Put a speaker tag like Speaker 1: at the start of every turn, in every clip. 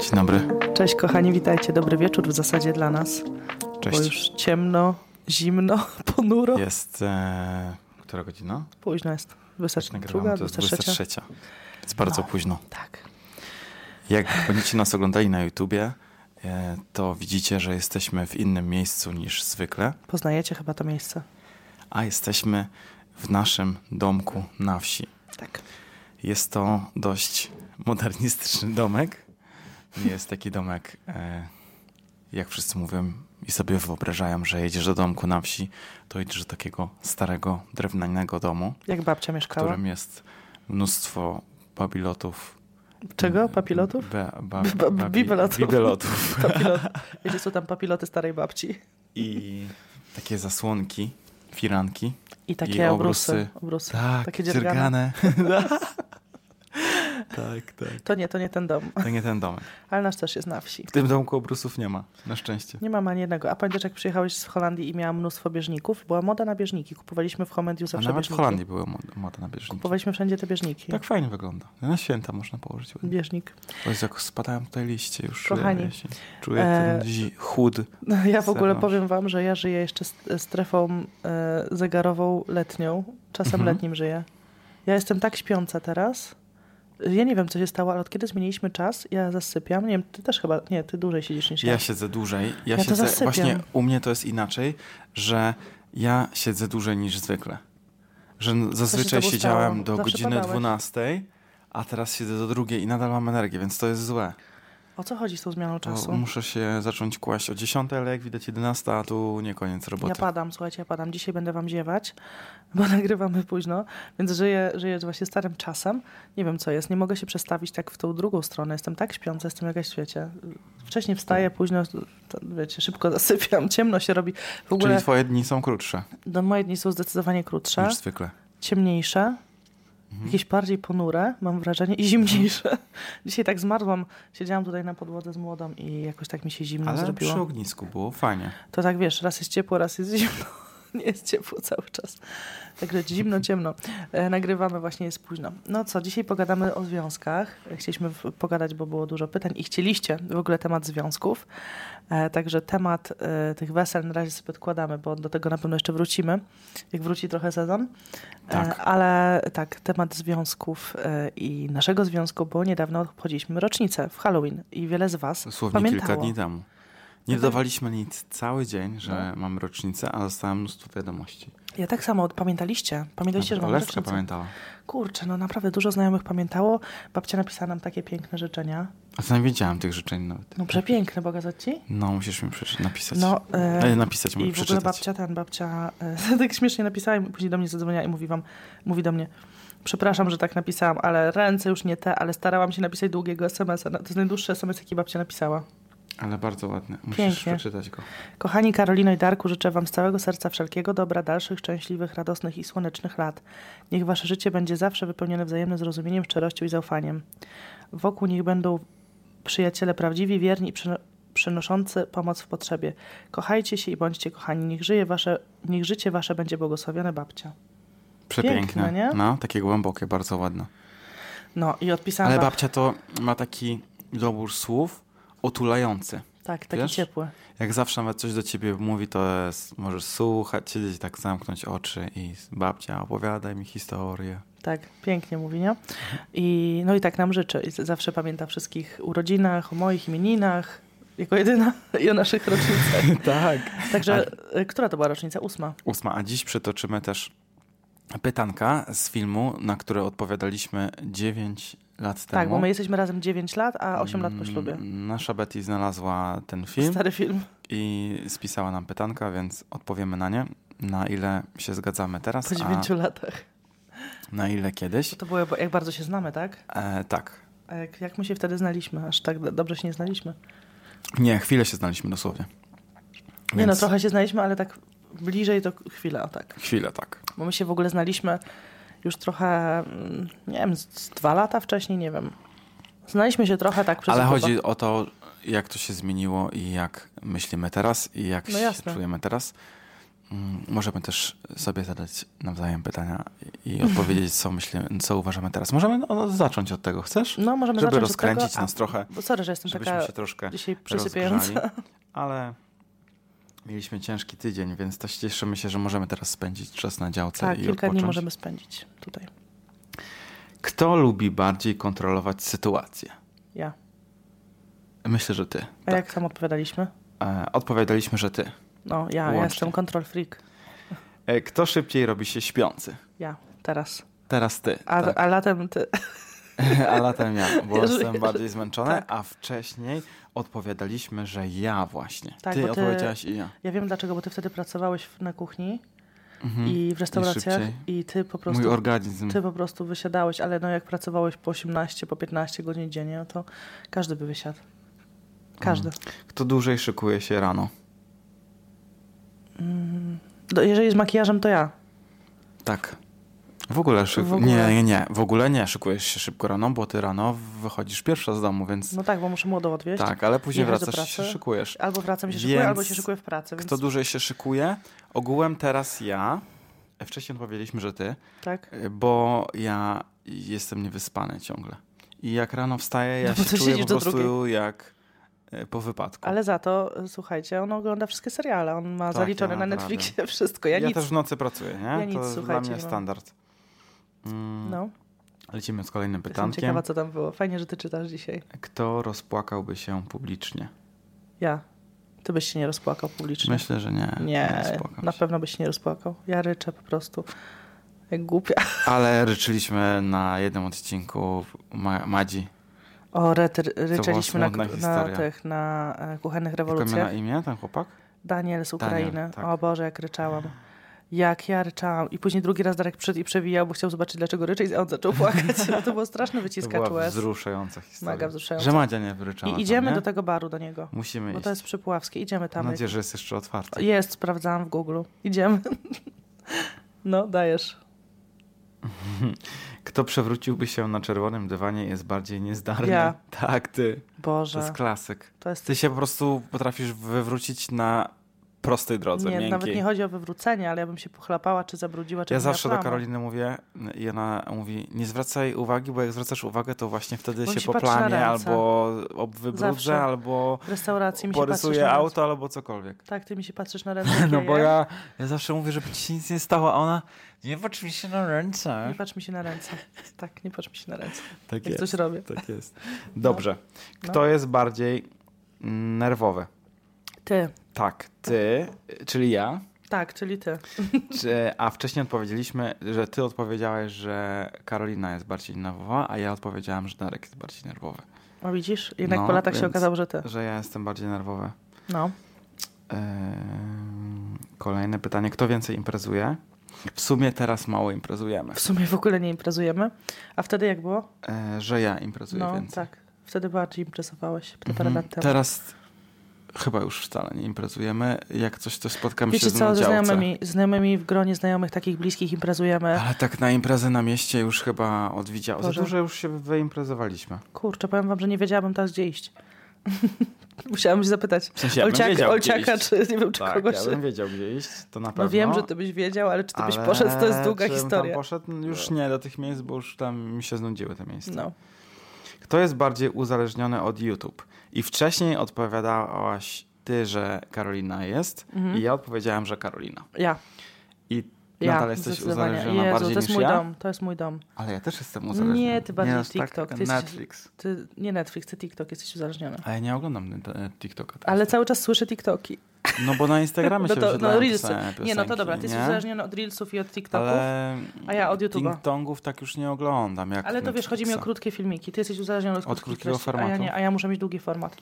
Speaker 1: Dzień dobry.
Speaker 2: Cześć kochani, witajcie. Dobry wieczór w zasadzie dla nas, bo
Speaker 1: Cześć.
Speaker 2: już ciemno, zimno, ponuro.
Speaker 1: Jest. E, która godzina?
Speaker 2: Późno jest. Wystarczy druga,
Speaker 1: Nagrywamy, to jest
Speaker 2: 23.
Speaker 1: 23. Jest bardzo późno.
Speaker 2: Tak.
Speaker 1: Jak będziecie nas oglądali na YouTubie, e, to widzicie, że jesteśmy w innym miejscu niż zwykle,
Speaker 2: Poznajecie chyba to miejsce?
Speaker 1: a jesteśmy w naszym domku na wsi.
Speaker 2: Tak.
Speaker 1: Jest to dość modernistyczny domek. Nie jest taki domek, e, jak wszyscy mówią i sobie wyobrażają, że jedziesz do domku na wsi, to idziesz do takiego starego, drewnianego domu,
Speaker 2: Jak babcia
Speaker 1: w
Speaker 2: mieszkała?
Speaker 1: którym jest mnóstwo babilotów.
Speaker 2: Czego? Papilotów?
Speaker 1: Be, ba,
Speaker 2: Ba-
Speaker 1: babi-
Speaker 2: bibelotów.
Speaker 1: bibelotów.
Speaker 2: Papilot. Wiecie co tam papiloty starej babci?
Speaker 1: I takie zasłonki, firanki.
Speaker 2: I takie
Speaker 1: I obrusy.
Speaker 2: obrusy. obrusy.
Speaker 1: Tak,
Speaker 2: takie dziergane.
Speaker 1: dziergane. tak, tak.
Speaker 2: To nie, to nie ten dom.
Speaker 1: To nie ten domek.
Speaker 2: Ale nasz też jest na wsi.
Speaker 1: W tym domku obrusów nie ma, na szczęście.
Speaker 2: Nie mam ani jednego. A pamiętasz, jak przyjechałeś z Holandii i miałam mnóstwo bieżników? Była moda na bieżniki. Kupowaliśmy w Homendiu
Speaker 1: A
Speaker 2: zawsze
Speaker 1: nawet w
Speaker 2: bieżniki.
Speaker 1: Holandii były mod- moda na bieżniki.
Speaker 2: Kupowaliśmy wszędzie te bieżniki.
Speaker 1: Tak fajnie wygląda. Na święta można położyć. ładnie.
Speaker 2: Bieżnik.
Speaker 1: Bo jest jak spadają tutaj liście już. czuję
Speaker 2: Kochani,
Speaker 1: jesień. Czuję
Speaker 2: e,
Speaker 1: ten zi- chód.
Speaker 2: No, Ja w ogóle
Speaker 1: Zewnątrz.
Speaker 2: powiem wam, że ja żyję jeszcze s- strefą e, zegarową letnią. Czasem
Speaker 1: Mhm.
Speaker 2: letnim żyję. Ja jestem tak śpiąca teraz. Ja nie wiem, co się stało, ale od kiedy zmieniliśmy czas, ja zasypiam. Nie wiem, ty też chyba, nie, ty dłużej siedzisz niż ja.
Speaker 1: Ja siedzę dłużej. Ja,
Speaker 2: Ja to
Speaker 1: siedzę,
Speaker 2: zasypiam.
Speaker 1: właśnie u mnie to jest inaczej, że ja siedzę dłużej niż zwykle. Że n- zazwyczaj
Speaker 2: tobą
Speaker 1: siedziałem
Speaker 2: stało?
Speaker 1: do
Speaker 2: Zawsze
Speaker 1: godziny
Speaker 2: padałeś.
Speaker 1: 12, a teraz siedzę do drugiej i nadal mam energię, więc to jest złe.
Speaker 2: O co chodzi z tą zmianą
Speaker 1: To
Speaker 2: czasu?
Speaker 1: muszę się zacząć kłaść o 10, ale jak widać 11, a tu nie koniec roboty.
Speaker 2: Ja padam, słuchajcie, ja padam. Dzisiaj będę wam ziewać, bo nagrywamy późno, więc żyję, żyję właśnie starym czasem. Nie wiem, co jest. Nie mogę się przestawić tak w tą drugą stronę. Jestem tak śpiąca, jestem jakaś, wiecie, wcześniej wstaję,
Speaker 1: Tak.
Speaker 2: późno, to, wiecie, szybko zasypiam, ciemno się robi. W ogóle
Speaker 1: Czyli twoje dni są krótsze
Speaker 2: do moje dni są zdecydowanie krótsze,
Speaker 1: niż zwykle.
Speaker 2: ciemniejsze,
Speaker 1: Mhm.
Speaker 2: jakieś bardziej ponure, mam wrażenie, i zimniejsze. Dzisiaj tak zmarzłam, siedziałam tutaj na podłodze z młodą i jakoś tak mi się zimno
Speaker 1: Ale
Speaker 2: zrobiło.
Speaker 1: przy ognisku było fajnie.
Speaker 2: To tak wiesz, raz jest ciepło, raz jest zimno. Nie jest ciepło cały czas. Także zimno, ciemno. E, nagrywamy właśnie, jest późno. No co, dzisiaj pogadamy o związkach. E, Chcieliśmy w, pogadać, bo było dużo pytań i chcieliście w ogóle temat związków. E, także temat e, tych wesel na razie sobie odkładamy, bo do tego na pewno jeszcze wrócimy, jak wróci trochę sezon. E,
Speaker 1: Tak.
Speaker 2: Ale tak, temat związków e, i naszego związku, bo niedawno obchodziliśmy rocznicę w Halloween i wiele z Was
Speaker 1: Dosłownie
Speaker 2: pamiętało.
Speaker 1: kilka dni temu. Nie
Speaker 2: No tak.
Speaker 1: dodawaliśmy nic cały dzień, że
Speaker 2: No.
Speaker 1: mamy rocznicę, a dostałem mnóstwo wiadomości.
Speaker 2: Ja tak samo, pamiętaliście? Pamiętaliście, że
Speaker 1: Nawet
Speaker 2: mam
Speaker 1: Oleska
Speaker 2: rocznicę?
Speaker 1: pamiętała.
Speaker 2: Kurczę, no naprawdę dużo znajomych pamiętało. Babcia napisała nam takie piękne życzenia.
Speaker 1: A to nie wiedziałem tych życzeń nawet.
Speaker 2: No przepiękne, pokazać ci?
Speaker 1: No, musisz mi przeczy- napisać.
Speaker 2: No, e,
Speaker 1: e, napisać,
Speaker 2: I
Speaker 1: mówię,
Speaker 2: w ogóle
Speaker 1: przeczytać.
Speaker 2: babcia ten, babcia e, tak śmiesznie napisała i później do mnie zadzwoniła i mówi wam, mówi do mnie, przepraszam, że tak napisałam, ale ręce już nie te, ale starałam się napisać długiego SMS-a. No, To jest najdłuższy SMS, jaki babcia napisała.
Speaker 1: Ale bardzo ładny. Musisz
Speaker 2: Pięknie.
Speaker 1: przeczytać go.
Speaker 2: Kochani Karolino i Darku, życzę Wam z całego serca wszelkiego dobra, dalszych, szczęśliwych, radosnych i słonecznych lat. Niech Wasze życie będzie zawsze wypełnione wzajemnym zrozumieniem, szczerością i zaufaniem. Wokół nich będą przyjaciele prawdziwi, wierni i przyno- przynoszący pomoc w potrzebie. Kochajcie się i bądźcie kochani. Niech, żyje wasze, niech życie Wasze będzie błogosławione, babcia.
Speaker 1: Przepiękne.
Speaker 2: Piękne, nie?
Speaker 1: No, takie głębokie, bardzo ładne.
Speaker 2: No i odpisałam.
Speaker 1: Ale
Speaker 2: wam-
Speaker 1: babcia to ma taki dobór słów otulający.
Speaker 2: Tak, taki
Speaker 1: wiesz?
Speaker 2: ciepły.
Speaker 1: Jak zawsze nawet coś do ciebie mówi, to jest, możesz słuchać, siedzieć tak, zamknąć oczy i babcia opowiadaj mi historię.
Speaker 2: Tak, pięknie mówi, nie? I, no i tak nam życzy. I z- zawsze pamięta o wszystkich urodzinach, o moich imieninach, jako jedyna i o naszych rocznicach.
Speaker 1: tak.
Speaker 2: Także, y, która to była rocznica? Ósma.
Speaker 1: Ósma, a dziś przytoczymy też pytanka z filmu, na które odpowiadaliśmy 9 lat temu.
Speaker 2: Tak, bo my jesteśmy razem 9 lat, a 8 lat po ślubie.
Speaker 1: Mm, Nasza Betty znalazła ten film
Speaker 2: Stary film.
Speaker 1: i spisała nam pytanka, więc odpowiemy na nie. Na ile się zgadzamy teraz,
Speaker 2: Po 9
Speaker 1: a
Speaker 2: latach.
Speaker 1: na ile kiedyś.
Speaker 2: To, to było, bo jak bardzo się znamy, tak?
Speaker 1: E, tak.
Speaker 2: A jak, jak my się wtedy znaliśmy? Aż tak do- dobrze się nie znaliśmy.
Speaker 1: Nie, chwilę się znaliśmy dosłownie. Więc
Speaker 2: Nie no, trochę się znaliśmy, ale tak bliżej to chwila, o tak.
Speaker 1: Chwilę, tak.
Speaker 2: Bo my się w ogóle znaliśmy już trochę, mm, nie wiem, z, z dwa lata wcześniej, nie wiem. Znaliśmy się trochę tak przez
Speaker 1: Ale
Speaker 2: okopę.
Speaker 1: chodzi o to, jak to się zmieniło i jak myślimy teraz i jak
Speaker 2: No jasne.
Speaker 1: się czujemy teraz. Mm, Możemy też sobie zadać nawzajem pytania i- i odpowiedzieć, co myślimy, co uważamy teraz. Możemy no, zacząć od tego, chcesz?
Speaker 2: No, możemy
Speaker 1: Żeby
Speaker 2: zacząć
Speaker 1: rozkręcić
Speaker 2: od tego.
Speaker 1: nas trochę,
Speaker 2: Bo sorry, że jestem
Speaker 1: żebyśmy
Speaker 2: taka
Speaker 1: się troszkę
Speaker 2: dzisiaj przysypiająca.
Speaker 1: rozgrzali. Ale mieliśmy ciężki tydzień, więc też cieszymy się, że możemy teraz spędzić czas na działce
Speaker 2: Tak,
Speaker 1: i
Speaker 2: kilka
Speaker 1: odpocząć.
Speaker 2: dni możemy spędzić tutaj.
Speaker 1: Kto lubi bardziej kontrolować sytuację?
Speaker 2: Ja.
Speaker 1: Myślę, że ty. Tak.
Speaker 2: A jak tam opowiadaliśmy?
Speaker 1: E, odpowiadaliśmy, że ty.
Speaker 2: No, ja, ja
Speaker 1: Łącznie.
Speaker 2: jestem control freak.
Speaker 1: E, kto szybciej robi się śpiący?
Speaker 2: Ja, teraz.
Speaker 1: Teraz ty.
Speaker 2: A,
Speaker 1: tak.
Speaker 2: a latem ty.
Speaker 1: a latem ja, bo
Speaker 2: Jeżeli-
Speaker 1: jestem bardziej zmęczony,
Speaker 2: tak.
Speaker 1: a wcześniej odpowiadaliśmy, że ja właśnie.
Speaker 2: Tak,
Speaker 1: ty
Speaker 2: bo ty-
Speaker 1: odpowiedziałaś i ja.
Speaker 2: Ja wiem dlaczego, bo ty wtedy pracowałeś w- na kuchni i w restauracjach
Speaker 1: szybciej.
Speaker 2: i, ty po prostu
Speaker 1: Mój Mhm. organizm.
Speaker 2: ty po prostu wysiadałeś, ale no jak pracowałeś po 18, po 15 godzin dziennie, no to każdy by wysiadł. Każdy.
Speaker 1: Kto dłużej szykuje się rano?
Speaker 2: No, jeżeli z makijażem, to ja.
Speaker 1: Tak. W ogóle, szyk...
Speaker 2: W ogóle.
Speaker 1: Nie, nie, nie. W ogóle nie szykujesz się szybko rano, bo ty rano wychodzisz pierwsza z domu, więc
Speaker 2: No tak, bo muszę młodą odwieźć.
Speaker 1: tak, ale później
Speaker 2: jechać do
Speaker 1: wracasz i się
Speaker 2: pracy.
Speaker 1: szykujesz.
Speaker 2: Albo wracam i się szykuję,
Speaker 1: Więc
Speaker 2: albo się szykuję w pracy. Więc
Speaker 1: Kto dłużej się szykuje? Ogółem teraz ja. E, Wcześniej odpowiedzieliśmy, że ty, e,
Speaker 2: tak.
Speaker 1: bo ja jestem niewyspany ciągle. I jak rano wstaję, ja
Speaker 2: No bo
Speaker 1: się
Speaker 2: ty
Speaker 1: czuję
Speaker 2: siedzisz
Speaker 1: po
Speaker 2: do
Speaker 1: prostu jak e, po wypadku.
Speaker 2: Ale za to, y, słuchajcie, on ogląda wszystkie seriale. On ma
Speaker 1: Tak,
Speaker 2: zaliczone
Speaker 1: ja
Speaker 2: na
Speaker 1: naprawdę.
Speaker 2: Netflixie wszystko. Ja,
Speaker 1: ja
Speaker 2: nic.
Speaker 1: też w nocy pracuję, nie?
Speaker 2: Ja nic,
Speaker 1: to dla
Speaker 2: słuchajcie,
Speaker 1: mnie
Speaker 2: nie mam.
Speaker 1: standard. Mm,
Speaker 2: No,
Speaker 1: Lecimy z kolejnym
Speaker 2: jestem
Speaker 1: pytankiem.
Speaker 2: ciekawa, co tam było. Fajnie, że ty czytasz dzisiaj.
Speaker 1: Kto rozpłakałby się publicznie?
Speaker 2: Ja. Ty byś się nie rozpłakał publicznie.
Speaker 1: Myślę, że nie.
Speaker 2: nie,
Speaker 1: rozpłakam
Speaker 2: na
Speaker 1: się.
Speaker 2: pewno byś się nie rozpłakał. Ja ryczę po prostu. Jak głupia.
Speaker 1: Ale ryczyliśmy na jednym odcinku Ma- Madzi.
Speaker 2: O, rety, ryczeliśmy na,
Speaker 1: smutna
Speaker 2: na
Speaker 1: historia.
Speaker 2: tych, na e, kuchennych
Speaker 1: Tylko miał na
Speaker 2: rewolucjach.
Speaker 1: imię ten chłopak?
Speaker 2: Daniel z
Speaker 1: Daniel,
Speaker 2: Ukrainy.
Speaker 1: tak.
Speaker 2: O Boże, jak ryczałam. Jak ja ryczałam. I później drugi raz Darek przyszedł i przewijał, bo chciał zobaczyć, dlaczego ryczy i on zaczął płakać. No to było straszny
Speaker 1: To
Speaker 2: wyciskacz
Speaker 1: była
Speaker 2: łez.
Speaker 1: wzruszająca historia.
Speaker 2: Mega wzruszająca.
Speaker 1: Że Madzia nie wyryczała.
Speaker 2: I idziemy
Speaker 1: tam, nie?
Speaker 2: do tego baru, do niego.
Speaker 1: Musimy
Speaker 2: Bo
Speaker 1: iść.
Speaker 2: to jest przypławskie. Idziemy
Speaker 1: Mam
Speaker 2: tam.
Speaker 1: nadzieję, że jest jeszcze otwarta.
Speaker 2: Jest, sprawdzałam w Google. Idziemy. No, dajesz.
Speaker 1: Kto przewróciłby się na czerwonym dywanie jest bardziej niezdarny.
Speaker 2: Ja.
Speaker 1: Tak, ty. To
Speaker 2: Boże.
Speaker 1: jest klasyk.
Speaker 2: To jest...
Speaker 1: Ty się po prostu potrafisz wywrócić na prostej drodze,
Speaker 2: Nie,
Speaker 1: miękkiej.
Speaker 2: nawet nie chodzi o wywrócenie, ale ja bym się pochlapała, czy zabrudziła, czy
Speaker 1: Znaczy, Ja
Speaker 2: bym
Speaker 1: zawsze
Speaker 2: miała
Speaker 1: do
Speaker 2: plamę.
Speaker 1: Karoliny mówię i ona mówi, nie zwracaj uwagi, bo jak zwracasz uwagę, to właśnie wtedy
Speaker 2: Bo mi
Speaker 1: się,
Speaker 2: się patrzy na
Speaker 1: poplamie,
Speaker 2: ręce.
Speaker 1: albo ob- wybrudzę,
Speaker 2: Zawsze.
Speaker 1: albo
Speaker 2: W restauracji mi się patrzysz
Speaker 1: porysuję
Speaker 2: na ręce.
Speaker 1: auto, albo cokolwiek.
Speaker 2: Tak, ty mi się patrzysz na ręce.
Speaker 1: No
Speaker 2: jak
Speaker 1: bo
Speaker 2: ja-
Speaker 1: ja, ja zawsze mówię, żeby ci się nic nie stało, a ona, nie patrz mi się na
Speaker 2: Nie
Speaker 1: ręce.
Speaker 2: patrz mi się na ręce. Tak, nie patrz mi się na ręce.
Speaker 1: Tak
Speaker 2: Jak
Speaker 1: jest,
Speaker 2: coś robię.
Speaker 1: tak jest. Dobrze.
Speaker 2: No.
Speaker 1: Kto jest bardziej mm, nerwowy?
Speaker 2: Ty.
Speaker 1: Tak, ty, czyli ja,
Speaker 2: Tak, czyli ty.
Speaker 1: Czy, a wcześniej odpowiedzieliśmy, że ty odpowiedziałeś, że Karolina jest bardziej nerwowa, a ja odpowiedziałam, że Darek jest bardziej nerwowy.
Speaker 2: No widzisz? Jednak
Speaker 1: No,
Speaker 2: po latach się
Speaker 1: więc-
Speaker 2: okazało, że ty.
Speaker 1: Że ja jestem bardziej nerwowy.
Speaker 2: No.
Speaker 1: Ym, Kolejne pytanie. Kto więcej imprezuje? W sumie teraz mało imprezujemy.
Speaker 2: W sumie w ogóle nie imprezujemy. A wtedy jak było?
Speaker 1: Yy, Że ja imprezuję
Speaker 2: No,
Speaker 1: więcej.
Speaker 2: tak. Wtedy bardziej imprezowałeś. Te parę
Speaker 1: Mhm.
Speaker 2: lat temu.
Speaker 1: Teraz chyba już wcale nie imprezujemy. Jak coś, to spotkamy
Speaker 2: Wiecie
Speaker 1: się z
Speaker 2: co, ze
Speaker 1: na działce.
Speaker 2: znajomymi, znajomymi w gronie znajomych takich bliskich imprezujemy.
Speaker 1: Ale tak na imprezę na mieście już chyba odwiedziało. Za
Speaker 2: Boże.
Speaker 1: dużo już się wyimprezowaliśmy.
Speaker 2: Kurczę, powiem wam, że nie wiedziałabym teraz gdzie iść. Musiałam się zapytać.
Speaker 1: W sensie, ja bym
Speaker 2: Olciaka,
Speaker 1: wiedział, gdzie
Speaker 2: Olciaka
Speaker 1: iść.
Speaker 2: czy nie wiem, czy
Speaker 1: tak,
Speaker 2: kogoś.
Speaker 1: ja bym wiedział gdzie iść, to na pewno.
Speaker 2: no wiem, że ty byś wiedział, ale czy ty byś
Speaker 1: ale
Speaker 2: poszedł, to jest długa
Speaker 1: czy bym
Speaker 2: historia.
Speaker 1: Tam poszedł? No Już nie do tych miejsc, bo już tam mi się znudziły te miejsca.
Speaker 2: No.
Speaker 1: Kto jest bardziej uzależniony od YouTube? I wcześniej odpowiadałaś ty, że Karolina jest
Speaker 2: Mhm.
Speaker 1: i ja odpowiedziałem, że Karolina.
Speaker 2: Ja,
Speaker 1: I
Speaker 2: ja.
Speaker 1: nadal jesteś
Speaker 2: zdecydowanie.
Speaker 1: uzależniona
Speaker 2: Jezu,
Speaker 1: bardziej
Speaker 2: to jest
Speaker 1: niż
Speaker 2: mój
Speaker 1: ja?
Speaker 2: dom, to jest mój dom.
Speaker 1: Ale ja też jestem uzależniony.
Speaker 2: Nie, ty bardziej
Speaker 1: aż
Speaker 2: TikTok, ty
Speaker 1: Tak,
Speaker 2: jesteś-
Speaker 1: Netflix.
Speaker 2: Ty, nie Netflix, ty TikTok, jesteś uzależniony.
Speaker 1: A ja nie oglądam e, TikToka. teraz.
Speaker 2: Ale cały czas słyszę TikToki.
Speaker 1: No bo na Instagramie
Speaker 2: No
Speaker 1: się
Speaker 2: to,
Speaker 1: wyświetlają
Speaker 2: no,
Speaker 1: te
Speaker 2: Reelsy.
Speaker 1: same
Speaker 2: Nie, no to
Speaker 1: piosenki,
Speaker 2: dobra, ty jesteś
Speaker 1: nie?
Speaker 2: uzależniony od Reelsów i od TikToków. Ale,
Speaker 1: Ale
Speaker 2: a ja od YouTube'a.
Speaker 1: Ting-tongów tak już nie oglądam. Jak
Speaker 2: to wiesz, chodzi mi o
Speaker 1: Netflixa.
Speaker 2: krótkie filmiki. Ty jesteś uzależniony
Speaker 1: Od
Speaker 2: od, krótkich
Speaker 1: krótkiego
Speaker 2: treści, A ja,
Speaker 1: formatu.
Speaker 2: nie, a ja muszę mieć długi format.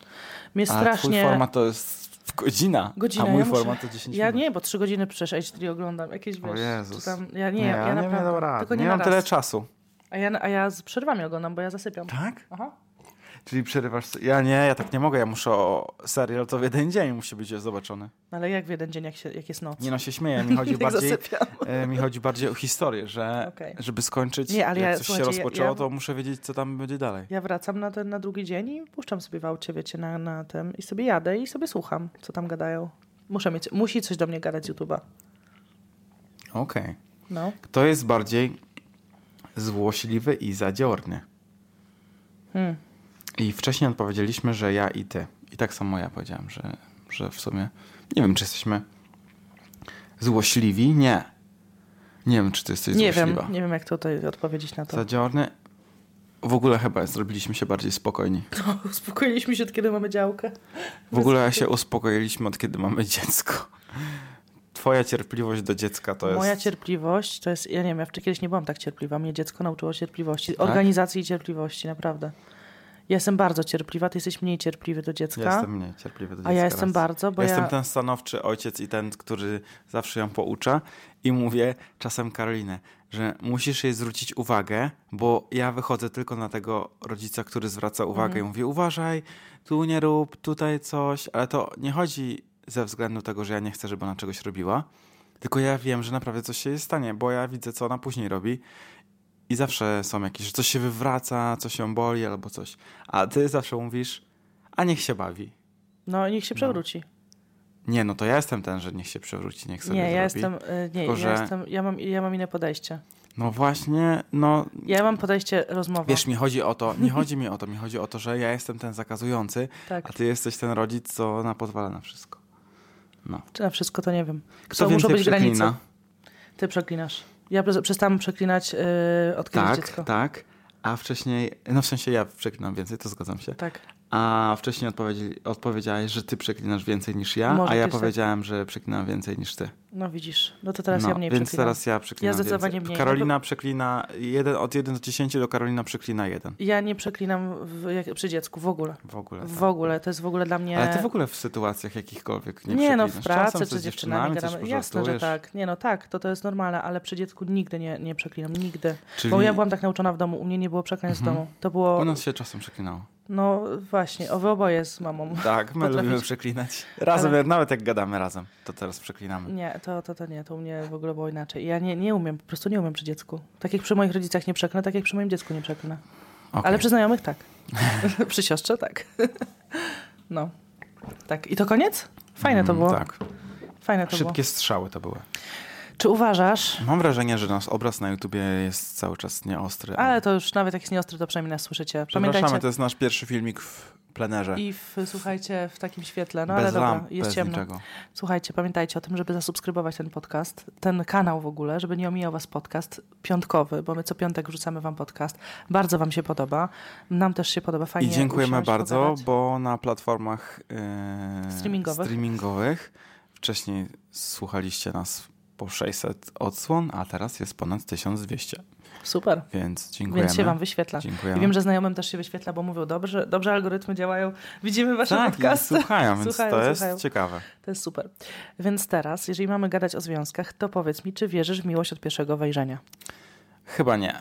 Speaker 2: Mnie
Speaker 1: A twój
Speaker 2: strasznie...
Speaker 1: format to jest godzina,
Speaker 2: Godzina,
Speaker 1: a mój
Speaker 2: ja muszę-
Speaker 1: format to 10
Speaker 2: Ja
Speaker 1: minut.
Speaker 2: nie, bo trzy godziny przecież H3 oglądam. Jakieś,
Speaker 1: O
Speaker 2: wiesz,
Speaker 1: Jezus.
Speaker 2: czy tam... Ja nie, ja, ja
Speaker 1: No nie
Speaker 2: naprawdę...
Speaker 1: dam rady.
Speaker 2: tylko nie,
Speaker 1: nie
Speaker 2: na
Speaker 1: mam
Speaker 2: raz.
Speaker 1: tyle czasu.
Speaker 2: A ja, a ja z przerwami oglądam, bo ja zasypiam.
Speaker 1: Tak?
Speaker 2: Aha.
Speaker 1: Czyli przerywasz... se- Ja nie, ja tak nie mogę, ja muszę o serial, to w jeden dzień musi być zobaczony.
Speaker 2: No Ale jak w jeden dzień, jak, się, jak jest noc?
Speaker 1: Nie no, się śmieję, mi chodzi
Speaker 2: jak
Speaker 1: bardziej...
Speaker 2: Tak zasypiam.
Speaker 1: e, Mi chodzi bardziej o historię, że
Speaker 2: Okej.
Speaker 1: żeby skończyć,
Speaker 2: Nie, ale
Speaker 1: jak
Speaker 2: ja-
Speaker 1: coś się
Speaker 2: słuchajcie, ja-
Speaker 1: rozpoczęło,
Speaker 2: ja-
Speaker 1: to muszę wiedzieć, co tam będzie dalej.
Speaker 2: Ja wracam na, ten, na drugi dzień i puszczam sobie w aucie, wiecie, na, na tym i sobie jadę i sobie słucham, co tam gadają. Muszę mieć, musi coś do mnie gadać z YouTube'a.
Speaker 1: Okej.
Speaker 2: No.
Speaker 1: Kto jest bardziej złośliwy i zadziorny?
Speaker 2: Hmm.
Speaker 1: I wcześniej odpowiedzieliśmy, że ja i ty. I tak samo ja powiedziałem, że, że w sumie nie wiem, czy jesteśmy złośliwi. Nie. Nie wiem, czy ty jesteś
Speaker 2: Nie wiem,
Speaker 1: złośliwa.
Speaker 2: nie wiem jak tutaj odpowiedzieć na to.
Speaker 1: Zadziorny. W ogóle chyba zrobiliśmy się bardziej spokojni.
Speaker 2: No, Uspokoiliśmy się od kiedy mamy działkę.
Speaker 1: W ogóle się uspokoiliśmy od kiedy mamy dziecko. Twoja cierpliwość do dziecka to jest.
Speaker 2: Moja cierpliwość to jest, ja nie wiem, ja wcześniej kiedyś nie byłam tak cierpliwa. Mnie dziecko nauczyło cierpliwości,
Speaker 1: Tak?
Speaker 2: organizacji i cierpliwości, naprawdę. Ja jestem bardzo cierpliwa, ty jesteś mniej cierpliwy do dziecka.
Speaker 1: Ja jestem mniej cierpliwy do
Speaker 2: A
Speaker 1: dziecka.
Speaker 2: ja jestem
Speaker 1: raz.
Speaker 2: bardzo, bo
Speaker 1: ja
Speaker 2: ja-
Speaker 1: jestem ten stanowczy ojciec i ten, który zawsze ją poucza i mówię czasem Karolinę, że musisz jej zwrócić uwagę, bo ja wychodzę tylko na tego rodzica, który zwraca uwagę
Speaker 2: Mhm.
Speaker 1: i mówi uważaj, tu nie rób, tutaj coś, ale to nie chodzi ze względu tego, że ja nie chcę, żeby ona czegoś robiła, tylko ja wiem, że naprawdę coś się jej stanie, bo ja widzę, co ona później robi i zawsze są jakieś, że coś się wywraca, coś się boli albo coś. A ty zawsze mówisz, a niech się bawi.
Speaker 2: No niech się przewróci.
Speaker 1: Nie, no to ja jestem ten, że niech się przewróci, niech tak sobie
Speaker 2: nie,
Speaker 1: zrobi.
Speaker 2: ja jestem, y, nie,
Speaker 1: Tylko, że-
Speaker 2: ja jestem, ja mam, ja mam inne podejście.
Speaker 1: No właśnie, no
Speaker 2: Ja mam podejście rozmowa.
Speaker 1: wiesz, mi chodzi o to, nie chodzi mi o to, mi chodzi o to, że ja jestem ten zakazujący,
Speaker 2: Tak.
Speaker 1: a ty jesteś ten rodzic, co na pozwala na wszystko.
Speaker 2: Czy na wszystko to nie wiem.
Speaker 1: Kto
Speaker 2: to muszą
Speaker 1: więcej
Speaker 2: być granice.
Speaker 1: przeklina?
Speaker 2: Ty przeklinasz. Ja pre- przestałam przeklinać y, od kiedy
Speaker 1: Tak,
Speaker 2: dziecko.
Speaker 1: tak. A wcześniej, no w sensie ja przeklinam więcej, to zgadzam się.
Speaker 2: tak.
Speaker 1: A wcześniej odpowiedzi, odpowiedziałeś, że ty przeklinasz więcej niż ja,
Speaker 2: Może
Speaker 1: a ja
Speaker 2: być tak.
Speaker 1: powiedziałem, że przeklinam więcej niż ty.
Speaker 2: No widzisz. No to teraz
Speaker 1: no,
Speaker 2: ja mniej
Speaker 1: więc
Speaker 2: przeklinam.
Speaker 1: teraz ja przeklinam
Speaker 2: Ja zdecydowanie
Speaker 1: więcej.
Speaker 2: mniej.
Speaker 1: Karolina przeklina jeden, od 1 do 10 do Karolina przeklina jeden.
Speaker 2: Ja nie przeklinam w, jak, przy dziecku w ogóle.
Speaker 1: W ogóle. tak.
Speaker 2: W ogóle. To jest w ogóle dla mnie...
Speaker 1: Ale ty w ogóle w sytuacjach jakichkolwiek nie
Speaker 2: nie, no w
Speaker 1: przeklinasz.
Speaker 2: pracy
Speaker 1: Czasem
Speaker 2: czy
Speaker 1: coś
Speaker 2: z dziewczynami
Speaker 1: coś
Speaker 2: gadamy. Jasne, że
Speaker 1: pożartujesz.
Speaker 2: tak. Nie no tak, to to jest normalne, ale przy dziecku nigdy nie, nie przeklinam. Nigdy.
Speaker 1: Czyli Mhm.
Speaker 2: Bo ja byłam tak nauczona w domu. U mnie nie było przekleństw w domu. To było...
Speaker 1: U nas się czasem przeklinało.
Speaker 2: No właśnie, o wy oboje z mamą.
Speaker 1: Tak, my
Speaker 2: Potrafisz-
Speaker 1: lubimy przeklinać. Razem, nawet jak gadamy razem, to teraz przeklinamy.
Speaker 2: Nie, to, to, to nie, to u mnie w ogóle było inaczej. Ja nie, nie umiem, po prostu nie umiem przy dziecku. Tak jak przy moich rodzicach nie przeklnę, tak jak przy moim dziecku nie przeklnę.
Speaker 1: Okej.
Speaker 2: Ale przy znajomych tak. przy siostrze tak. no. Tak. I to koniec? Fajne to
Speaker 1: Mm,
Speaker 2: było.
Speaker 1: Tak,
Speaker 2: Fajne to
Speaker 1: szybkie strzały to były.
Speaker 2: było. Czy uważasz,
Speaker 1: Mam wrażenie, że nasz obraz na YouTubie jest cały czas nieostry.
Speaker 2: ale to już nawet jak jest nieostry, to przynajmniej nas słyszycie. Pamiętajcie.
Speaker 1: Przepraszamy, to jest nasz pierwszy filmik w plenerze.
Speaker 2: I w, słuchajcie w takim świetle, no
Speaker 1: bez
Speaker 2: ale dobra,
Speaker 1: lamp,
Speaker 2: jest
Speaker 1: bez
Speaker 2: ciemno.
Speaker 1: niczego.
Speaker 2: Słuchajcie, pamiętajcie o tym, żeby zasubskrybować ten podcast, ten kanał w ogóle, żeby nie omijał Was podcast piątkowy, bo my co piątek wrzucamy Wam podcast. Bardzo Wam się podoba. Nam też się podoba. Fajnie
Speaker 1: I dziękujemy
Speaker 2: usiąść,
Speaker 1: bardzo,
Speaker 2: pogadać.
Speaker 1: bo na platformach e,
Speaker 2: Streamingowych.
Speaker 1: streamingowych wcześniej słuchaliście nas po 600 odsłon, a teraz jest ponad 1200.
Speaker 2: Super.
Speaker 1: Więc dziękujemy.
Speaker 2: Więc się Wam wyświetla.
Speaker 1: Dziękujemy.
Speaker 2: I wiem, że znajomym też się wyświetla, bo mówią, dobrze, dobrze algorytmy działają, widzimy Wasze
Speaker 1: tak, i
Speaker 2: podcasty.
Speaker 1: słuchają, więc
Speaker 2: Słuchają,
Speaker 1: to jest
Speaker 2: słuchają.
Speaker 1: ciekawe.
Speaker 2: To jest super. Więc teraz, jeżeli mamy gadać o związkach, to powiedz mi, czy wierzysz w miłość od pierwszego wejrzenia?
Speaker 1: Chyba nie.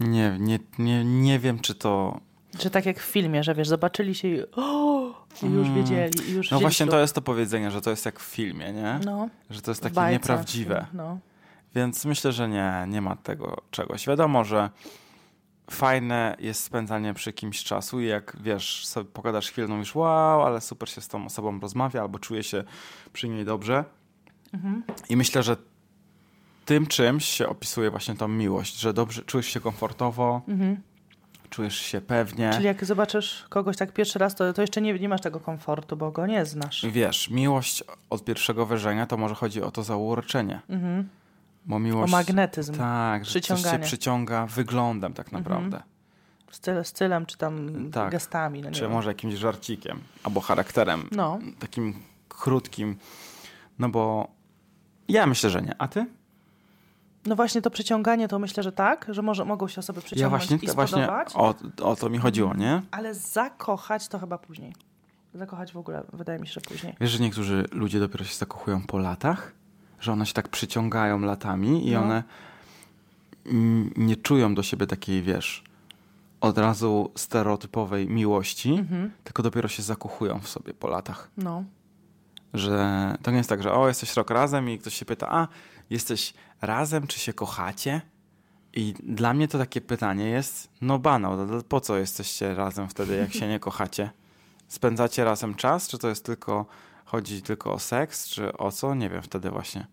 Speaker 1: Nie, nie, nie, nie wiem, czy to. No
Speaker 2: Czy tak jak w filmie, że wiesz, zobaczyli się i, o, i już wiedzieli, i już
Speaker 1: No
Speaker 2: wzięli
Speaker 1: właśnie,
Speaker 2: ślub.
Speaker 1: to jest to powiedzenie, że to jest jak w filmie, nie?
Speaker 2: No,
Speaker 1: Że to jest
Speaker 2: w
Speaker 1: takie
Speaker 2: bajce.
Speaker 1: nieprawdziwe.
Speaker 2: No.
Speaker 1: Więc myślę, że nie, nie ma tego czegoś. Wiadomo, że fajne jest spędzanie przy kimś czasu i jak wiesz, sobie pogadasz chwilę, no mówisz wow, ale super się z tą osobą rozmawia albo czuję się przy niej dobrze. I myślę, że tym czymś się opisuje właśnie tą miłość, że dobrze czujesz się komfortowo, czujesz się pewnie.
Speaker 2: Czyli jak zobaczysz kogoś tak pierwszy raz, to, to jeszcze nie, nie masz tego komfortu, bo go nie znasz.
Speaker 1: Wiesz, miłość od pierwszego wejrzenia to może chodzi o to zauroczenie. Bo miłość...
Speaker 2: Mhm. O magnetyzm.
Speaker 1: Tak, że coś się
Speaker 2: Przyciąganie. Mhm.
Speaker 1: przyciąga wyglądem tak naprawdę.
Speaker 2: Styl, stylem czy tam
Speaker 1: Tak.
Speaker 2: gestami. No, nie
Speaker 1: Czy
Speaker 2: wiem.
Speaker 1: może jakimś żarcikiem albo charakterem.
Speaker 2: no,
Speaker 1: Takim krótkim. No bo ja myślę, że nie. A ty?
Speaker 2: no właśnie to przyciąganie, to myślę, że tak, że może, mogą się osoby
Speaker 1: Ja
Speaker 2: przyciągnąć
Speaker 1: właśnie,
Speaker 2: i
Speaker 1: właśnie
Speaker 2: spodobać,
Speaker 1: o, o to mi chodziło, nie?
Speaker 2: ale zakochać to chyba później. Zakochać w ogóle, wydaje mi się, że później.
Speaker 1: Wiesz, że niektórzy ludzie dopiero się zakochują po latach? Że one się tak przyciągają latami i
Speaker 2: No.
Speaker 1: one mm, nie czują do siebie takiej, wiesz, od razu stereotypowej miłości, tylko dopiero się zakochują w sobie po latach.
Speaker 2: No.
Speaker 1: Że to nie jest tak, że o, jesteś rok razem i ktoś się pyta, a, jesteś razem, czy się kochacie? I dla mnie to takie pytanie jest, no banał, no to po co jesteście razem wtedy, jak się nie kochacie? Spędzacie razem czas, czy to jest tylko, chodzi tylko o seks, czy o co? Nie wiem wtedy właśnie.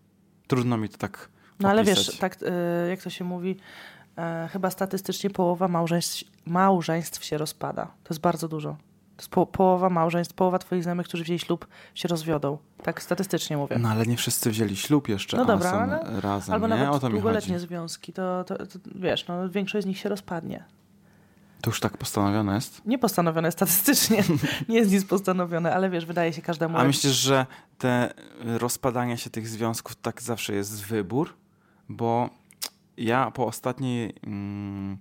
Speaker 1: Trudno mi to tak
Speaker 2: No ale
Speaker 1: opisać.
Speaker 2: wiesz, tak e, jak to się mówi, e, chyba statystycznie połowa małżeństw, małżeństw się rozpada. To jest bardzo dużo. To jest po, połowa małżeństw, połowa twoich znajomych, którzy wzięli ślub, się rozwiodą. Tak statystycznie mówię.
Speaker 1: No ale nie wszyscy wzięli ślub jeszcze,
Speaker 2: No
Speaker 1: a
Speaker 2: dobra,
Speaker 1: są
Speaker 2: ale-
Speaker 1: razem,
Speaker 2: Albo
Speaker 1: nie?
Speaker 2: nawet
Speaker 1: o to mi chodzi.
Speaker 2: długoletnie związki, to, to, to wiesz, no, większość z nich się rozpadnie.
Speaker 1: To już tak postanowione jest?
Speaker 2: Nie postanowione statystycznie, nie jest nic postanowione, ale wiesz, wydaje się każdemu.
Speaker 1: A
Speaker 2: jak-
Speaker 1: myślisz, że te y, rozpadania się tych związków tak zawsze jest wybór? Bo ja po ostatniej mm,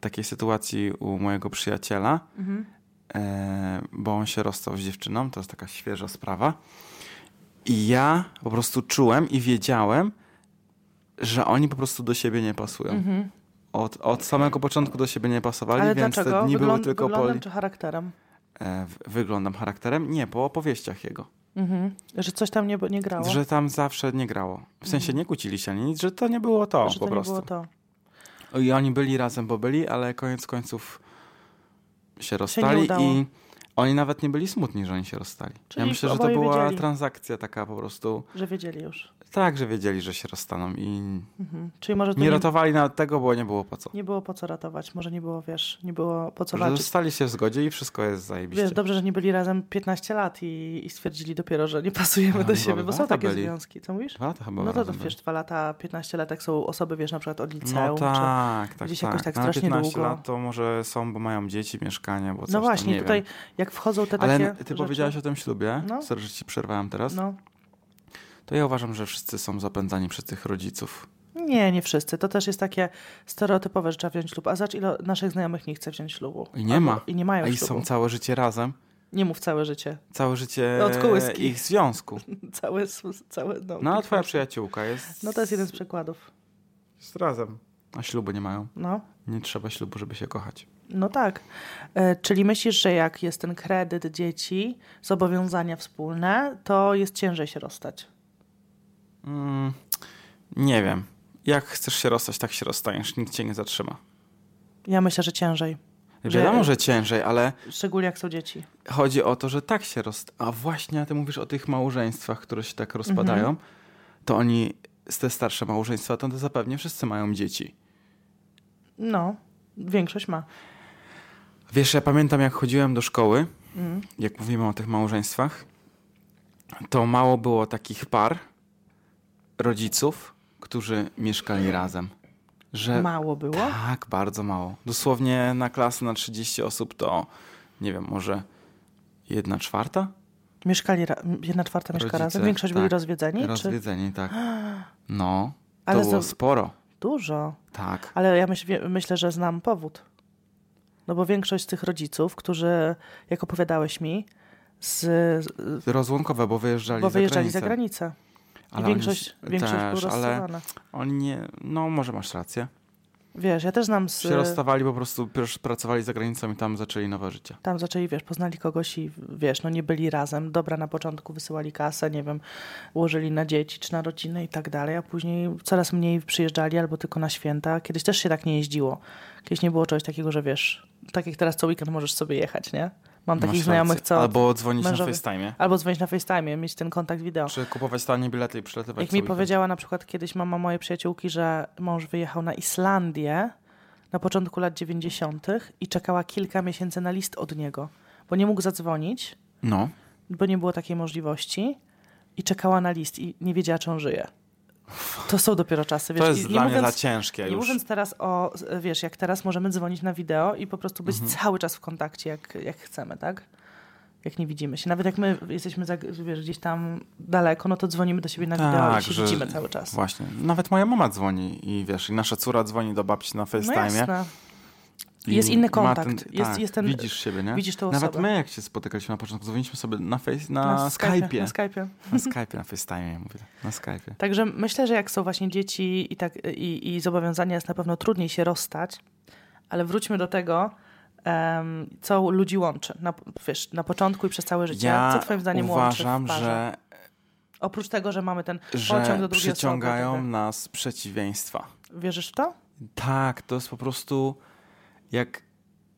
Speaker 1: takiej sytuacji u mojego przyjaciela,
Speaker 2: Mhm.
Speaker 1: e, bo on się rozstał z dziewczyną, to jest taka świeża sprawa. I ja po prostu czułem i wiedziałem, że oni po prostu do siebie nie pasują.
Speaker 2: Mhm.
Speaker 1: Od, od samego początku do siebie nie pasowali,
Speaker 2: Ale
Speaker 1: więc
Speaker 2: dlaczego?
Speaker 1: te dni były
Speaker 2: Wygląd-
Speaker 1: tylko
Speaker 2: wyglądem
Speaker 1: poli...
Speaker 2: czy charakterem?
Speaker 1: e, w- wyglądam charakterem? Nie, po opowieściach jego.
Speaker 2: Mhm. Że coś tam nie, nie grało.
Speaker 1: Że tam zawsze nie grało. W sensie nie kłócili się ani nic, że to nie było to
Speaker 2: Mhm. że
Speaker 1: po
Speaker 2: to
Speaker 1: prostu.
Speaker 2: nie było to.
Speaker 1: I oni byli razem, bo byli, ale koniec końców się
Speaker 2: nie
Speaker 1: rozstali
Speaker 2: udało.
Speaker 1: i oni nawet nie byli smutni, że oni się rozstali.
Speaker 2: Czyli
Speaker 1: ja myślę, że to
Speaker 2: oboje
Speaker 1: była
Speaker 2: wiedzieli.
Speaker 1: transakcja taka po prostu,
Speaker 2: Że wiedzieli już.
Speaker 1: tak, że wiedzieli, że się rozstaną i
Speaker 2: Mhm. Czyli może to
Speaker 1: nie
Speaker 2: nie,
Speaker 1: ratowali nawet tego, bo nie było po co.
Speaker 2: nie było po co ratować, może nie było, wiesz, nie było po co
Speaker 1: Że
Speaker 2: walczyć.
Speaker 1: zostali się w zgodzie i wszystko jest zajebiście.
Speaker 2: Wiesz, dobrze, że nie byli razem 15 lat i, i stwierdzili dopiero, że nie pasujemy
Speaker 1: Ale
Speaker 2: do
Speaker 1: oni
Speaker 2: siebie,
Speaker 1: dwa
Speaker 2: bo są
Speaker 1: lata
Speaker 2: takie
Speaker 1: byli.
Speaker 2: związki, co mówisz?
Speaker 1: Dwa lata chyba
Speaker 2: No to, to
Speaker 1: razem
Speaker 2: wiesz, 2 lata, 15 lat, jak są osoby, wiesz, na przykład od
Speaker 1: byli.
Speaker 2: liceum,
Speaker 1: no
Speaker 2: czy
Speaker 1: tak, tak,
Speaker 2: gdzieś
Speaker 1: tak.
Speaker 2: jakoś tak
Speaker 1: No,
Speaker 2: strasznie
Speaker 1: 15
Speaker 2: długo.
Speaker 1: lat to może są, bo mają dzieci, mieszkania, bo coś
Speaker 2: No
Speaker 1: tam,
Speaker 2: właśnie,
Speaker 1: nie
Speaker 2: tutaj
Speaker 1: wiem.
Speaker 2: jak wchodzą te
Speaker 1: Ale
Speaker 2: takie
Speaker 1: ty
Speaker 2: rzeczy,
Speaker 1: powiedziałaś o tym ślubie,
Speaker 2: No.
Speaker 1: no. sorry, że ci przerwałem teraz,
Speaker 2: No.
Speaker 1: to ja uważam, że wszyscy są zapędzani przez tych rodziców.
Speaker 2: Nie, nie wszyscy. To też jest takie stereotypowe, że trzeba wziąć ślub. A zobacz, ile naszych znajomych nie chce wziąć ślubu.
Speaker 1: I nie
Speaker 2: Albo-
Speaker 1: ma.
Speaker 2: I nie
Speaker 1: A
Speaker 2: mają
Speaker 1: i
Speaker 2: ślubu.
Speaker 1: są całe życie razem,
Speaker 2: Nie mów całe życie.
Speaker 1: całe życie
Speaker 2: No, Od kołyski.
Speaker 1: ich związku.
Speaker 2: Całe, całe, no,
Speaker 1: No a
Speaker 2: ich-
Speaker 1: twoja przyjaciółka jest,
Speaker 2: No to jest jeden z przykładów.
Speaker 1: jest razem, a ślubu nie mają.
Speaker 2: No,
Speaker 1: Nie trzeba ślubu, żeby się kochać.
Speaker 2: no tak. E, czyli myślisz, że jak jest ten kredyt dzieci, zobowiązania wspólne, to jest ciężej się rozstać.
Speaker 1: Mm, nie wiem. Jak chcesz się rozstać, tak się rozstaniesz. Nikt cię nie zatrzyma.
Speaker 2: Ja myślę, że ciężej. Że-
Speaker 1: Wiadomo, że ciężej, ale
Speaker 2: Szczególnie jak są dzieci.
Speaker 1: chodzi o to, że tak się roz... A właśnie, a ty mówisz o tych małżeństwach, które się tak rozpadają,
Speaker 2: Mhm.
Speaker 1: to oni, z te starsze małżeństwa, to, to zapewne wszyscy mają dzieci.
Speaker 2: No, większość ma.
Speaker 1: Wiesz, ja pamiętam, jak chodziłem do szkoły,
Speaker 2: Mm.
Speaker 1: jak mówimy o tych małżeństwach, to mało było takich par, rodziców, którzy mieszkali razem. Że
Speaker 2: Mało było.
Speaker 1: Tak, bardzo mało. Dosłownie na klasę na 30 osób to, nie wiem, może jedna czwarta?
Speaker 2: Mieszkali, ra- jedna czwarta mieszka
Speaker 1: Rodzice,
Speaker 2: razem. Większość byli
Speaker 1: tak.
Speaker 2: rozwiedzeni? Czy
Speaker 1: Rozwiedzeni, tak. No, to
Speaker 2: Ale
Speaker 1: było
Speaker 2: za-
Speaker 1: sporo.
Speaker 2: dużo.
Speaker 1: Tak.
Speaker 2: Ale ja myśl, wie- myślę, że znam powód. No bo większość z tych rodziców, którzy, jak opowiadałeś mi, z, z,
Speaker 1: Rozłąkowe, bo wyjeżdżali,
Speaker 2: bo wyjeżdżali
Speaker 1: za
Speaker 2: za
Speaker 1: granicę.
Speaker 2: granicę. I
Speaker 1: Ale
Speaker 2: większość,
Speaker 1: oni,
Speaker 2: większość
Speaker 1: też,
Speaker 2: była
Speaker 1: ale
Speaker 2: rozstawana.
Speaker 1: oni nie, no może masz rację.
Speaker 2: Wiesz, ja też znam z...
Speaker 1: Się rozstawali, po prostu pr- pracowali za granicą i tam zaczęli nowe życie.
Speaker 2: Tam zaczęli, wiesz, poznali kogoś i wiesz, no nie byli razem. Dobra, na początku wysyłali kasę, nie wiem, łożyli na dzieci czy na rodzinę i tak dalej, a później coraz mniej przyjeżdżali albo tylko na święta. Kiedyś też się tak nie jeździło. Kiedyś nie było czegoś takiego, że wiesz, tak jak teraz co weekend możesz sobie jechać, nie? Mam
Speaker 1: Masz
Speaker 2: takich
Speaker 1: rację.
Speaker 2: znajomych, co...
Speaker 1: Albo dzwonić
Speaker 2: mężowie-
Speaker 1: na FaceTime.
Speaker 2: Albo dzwonić na FaceTime, mieć ten kontakt wideo.
Speaker 1: Czy kupować tanie bilety i przylatywać
Speaker 2: Jak
Speaker 1: co
Speaker 2: mi
Speaker 1: weekend.
Speaker 2: powiedziała na przykład kiedyś mama mojej przyjaciółki, że mąż wyjechał na Islandię na początku lat 90. i czekała kilka miesięcy na list od niego, bo nie mógł zadzwonić,
Speaker 1: No.
Speaker 2: bo nie było takiej możliwości i czekała na list i nie wiedziała, czy on żyje. To są dopiero czasy, wiesz.
Speaker 1: To jest
Speaker 2: i,
Speaker 1: dla
Speaker 2: nie
Speaker 1: mnie
Speaker 2: mówiąc,
Speaker 1: za ciężkie
Speaker 2: nie
Speaker 1: już.
Speaker 2: mówiąc teraz o, wiesz, jak teraz możemy dzwonić na wideo i po prostu być
Speaker 1: Mhm.
Speaker 2: cały czas w kontakcie, jak, jak chcemy, tak? Jak nie widzimy się. Nawet jak my jesteśmy za, wiesz, gdzieś tam daleko, no to dzwonimy do siebie na wideo i się
Speaker 1: Tak, że-
Speaker 2: widzimy cały czas.
Speaker 1: Właśnie. Nawet moja mama dzwoni i wiesz, i nasza córa dzwoni do babci na
Speaker 2: No
Speaker 1: FaceTime.
Speaker 2: jasne.
Speaker 1: i
Speaker 2: Jest inny
Speaker 1: ma
Speaker 2: kontakt. Jest-
Speaker 1: tak,
Speaker 2: jest ten-
Speaker 1: widzisz siebie, nie?
Speaker 2: widzisz tą
Speaker 1: Nawet
Speaker 2: osobę.
Speaker 1: my, jak się spotykaliśmy na początku, dzwoniliśmy sobie na, face, na, Skype'ie.
Speaker 2: Na Skype'ie.
Speaker 1: Na Skype'ie, na FaceTime, mówię. Na Skype'ie.
Speaker 2: Także myślę, że jak są właśnie dzieci i, tak, i, i zobowiązania, jest na pewno trudniej się rozstać, ale wróćmy do tego, em, co ludzi łączy. Na, wiesz, na początku i przez całe życie.
Speaker 1: Ja
Speaker 2: co twoim zdaniem
Speaker 1: uważam,
Speaker 2: łączy w parze?
Speaker 1: że,
Speaker 2: Oprócz tego, że mamy ten pociąg do
Speaker 1: że
Speaker 2: drugiej
Speaker 1: przyciągają
Speaker 2: osoby. tak,
Speaker 1: nas przeciwieństwa.
Speaker 2: trochę. Wierzysz w to?
Speaker 1: Tak, to jest po prostu jak.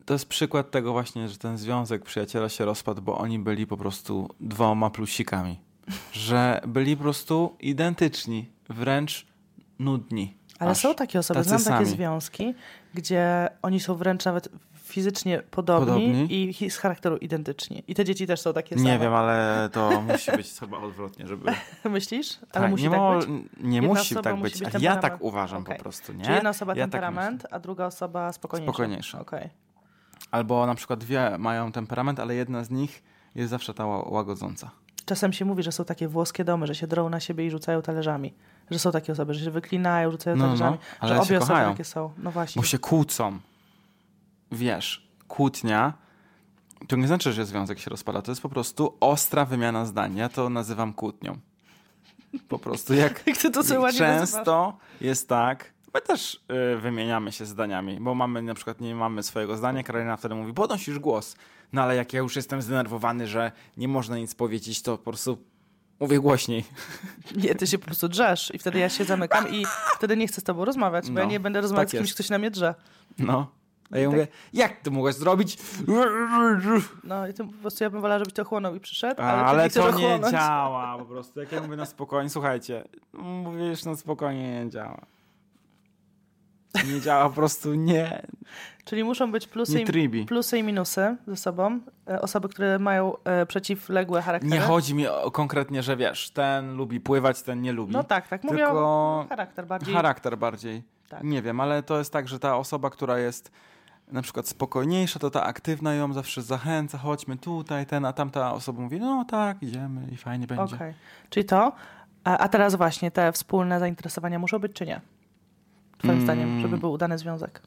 Speaker 1: To jest przykład tego właśnie, że ten związek przyjaciela się rozpadł, bo oni byli po prostu dwoma plusikami. Że byli po prostu identyczni. wręcz nudni.
Speaker 2: Ale
Speaker 1: aż.
Speaker 2: są takie osoby,
Speaker 1: tacy
Speaker 2: znam takie
Speaker 1: sami.
Speaker 2: związki, gdzie oni są wręcz nawet fizycznie podobni,
Speaker 1: Podobni?
Speaker 2: i hi- z charakteru identyczni. I te dzieci też są takie same.
Speaker 1: Nie wiem, ale to musi być chyba odwrotnie, żeby...
Speaker 2: Myślisz? Ale
Speaker 1: Tak,
Speaker 2: musi
Speaker 1: nie,
Speaker 2: tak
Speaker 1: mo-
Speaker 2: być?
Speaker 1: nie
Speaker 2: Jedna
Speaker 1: musi
Speaker 2: osoba
Speaker 1: tak
Speaker 2: musi
Speaker 1: być.
Speaker 2: być
Speaker 1: ale ja tak
Speaker 2: temperament.
Speaker 1: uważam
Speaker 2: Okej.
Speaker 1: po prostu, nie?
Speaker 2: Czy jedna osoba
Speaker 1: ja tak
Speaker 2: temperament, a druga osoba spokojniejsza?
Speaker 1: Spokojniejsza.
Speaker 2: Okej.
Speaker 1: myślę. Albo na przykład dwie mają temperament, ale jedna z nich jest zawsze ta ła- łagodząca.
Speaker 2: Czasem się mówi, że są takie włoskie domy, że się drą na siebie i rzucają talerzami. Że są takie osoby, że się wyklinają, rzucają
Speaker 1: No, no,
Speaker 2: talerzami.
Speaker 1: ale
Speaker 2: że
Speaker 1: się
Speaker 2: obie osoby
Speaker 1: kochają.
Speaker 2: takie są. No właśnie.
Speaker 1: Bo się kłócą. Wiesz, kłótnia to nie znaczy, że związek się rozpada. To jest po prostu ostra wymiana zdań. Ja to nazywam kłótnią. Po prostu jak
Speaker 2: Jak ty to sobie ładnie nazywasz?
Speaker 1: często jest tak, my też y, wymieniamy się zdaniami, bo mamy na przykład, nie mamy swojego zdania, Karolina wtedy mówi, podnosisz głos. No ale jak ja już jestem zdenerwowany, że nie można nic powiedzieć, to po prostu mówię głośniej.
Speaker 2: Nie, ty się po prostu drzesz i wtedy ja się zamykam i wtedy nie chcę z tobą rozmawiać, bo ja
Speaker 1: No,
Speaker 2: nie będę rozmawiać
Speaker 1: tak
Speaker 2: z kimś,
Speaker 1: jest.
Speaker 2: kto się na mnie drze.
Speaker 1: No. A ja
Speaker 2: Tak.
Speaker 1: mówię, jak ty mogłeś zrobić?
Speaker 2: No i to po prostu ja bym wolała, żebyś to chłonął i przyszedł, ale,
Speaker 1: Ale,
Speaker 2: ty nie chcesz
Speaker 1: to nie
Speaker 2: ochłonąć.
Speaker 1: działa po prostu. Jak ja mówię na spokojnie, słuchajcie, mówisz na spokojnie, nie działa. Nie działa po prostu, nie.
Speaker 2: Czyli muszą być plusy,
Speaker 1: Nie
Speaker 2: i,
Speaker 1: tribi.
Speaker 2: plusy i minusy ze sobą. E, Osoby, które mają e, przeciwległe charaktery.
Speaker 1: Nie chodzi mi o konkretnie, że wiesz, ten lubi pływać, ten nie lubi.
Speaker 2: No tak, tak. Mówię o
Speaker 1: Tylko
Speaker 2: charakter bardziej.
Speaker 1: charakter bardziej.
Speaker 2: Tak.
Speaker 1: Nie wiem, ale to jest tak, że ta osoba, która jest na przykład spokojniejsza, to ta aktywna ją zawsze zachęca, chodźmy tutaj, ten, a tamta osoba mówi, no tak, idziemy i fajnie będzie.
Speaker 2: Okej. Czyli to. A, a teraz właśnie te wspólne zainteresowania muszą być czy nie? Twoim
Speaker 1: Mm.
Speaker 2: zdaniem, żeby był udany związek.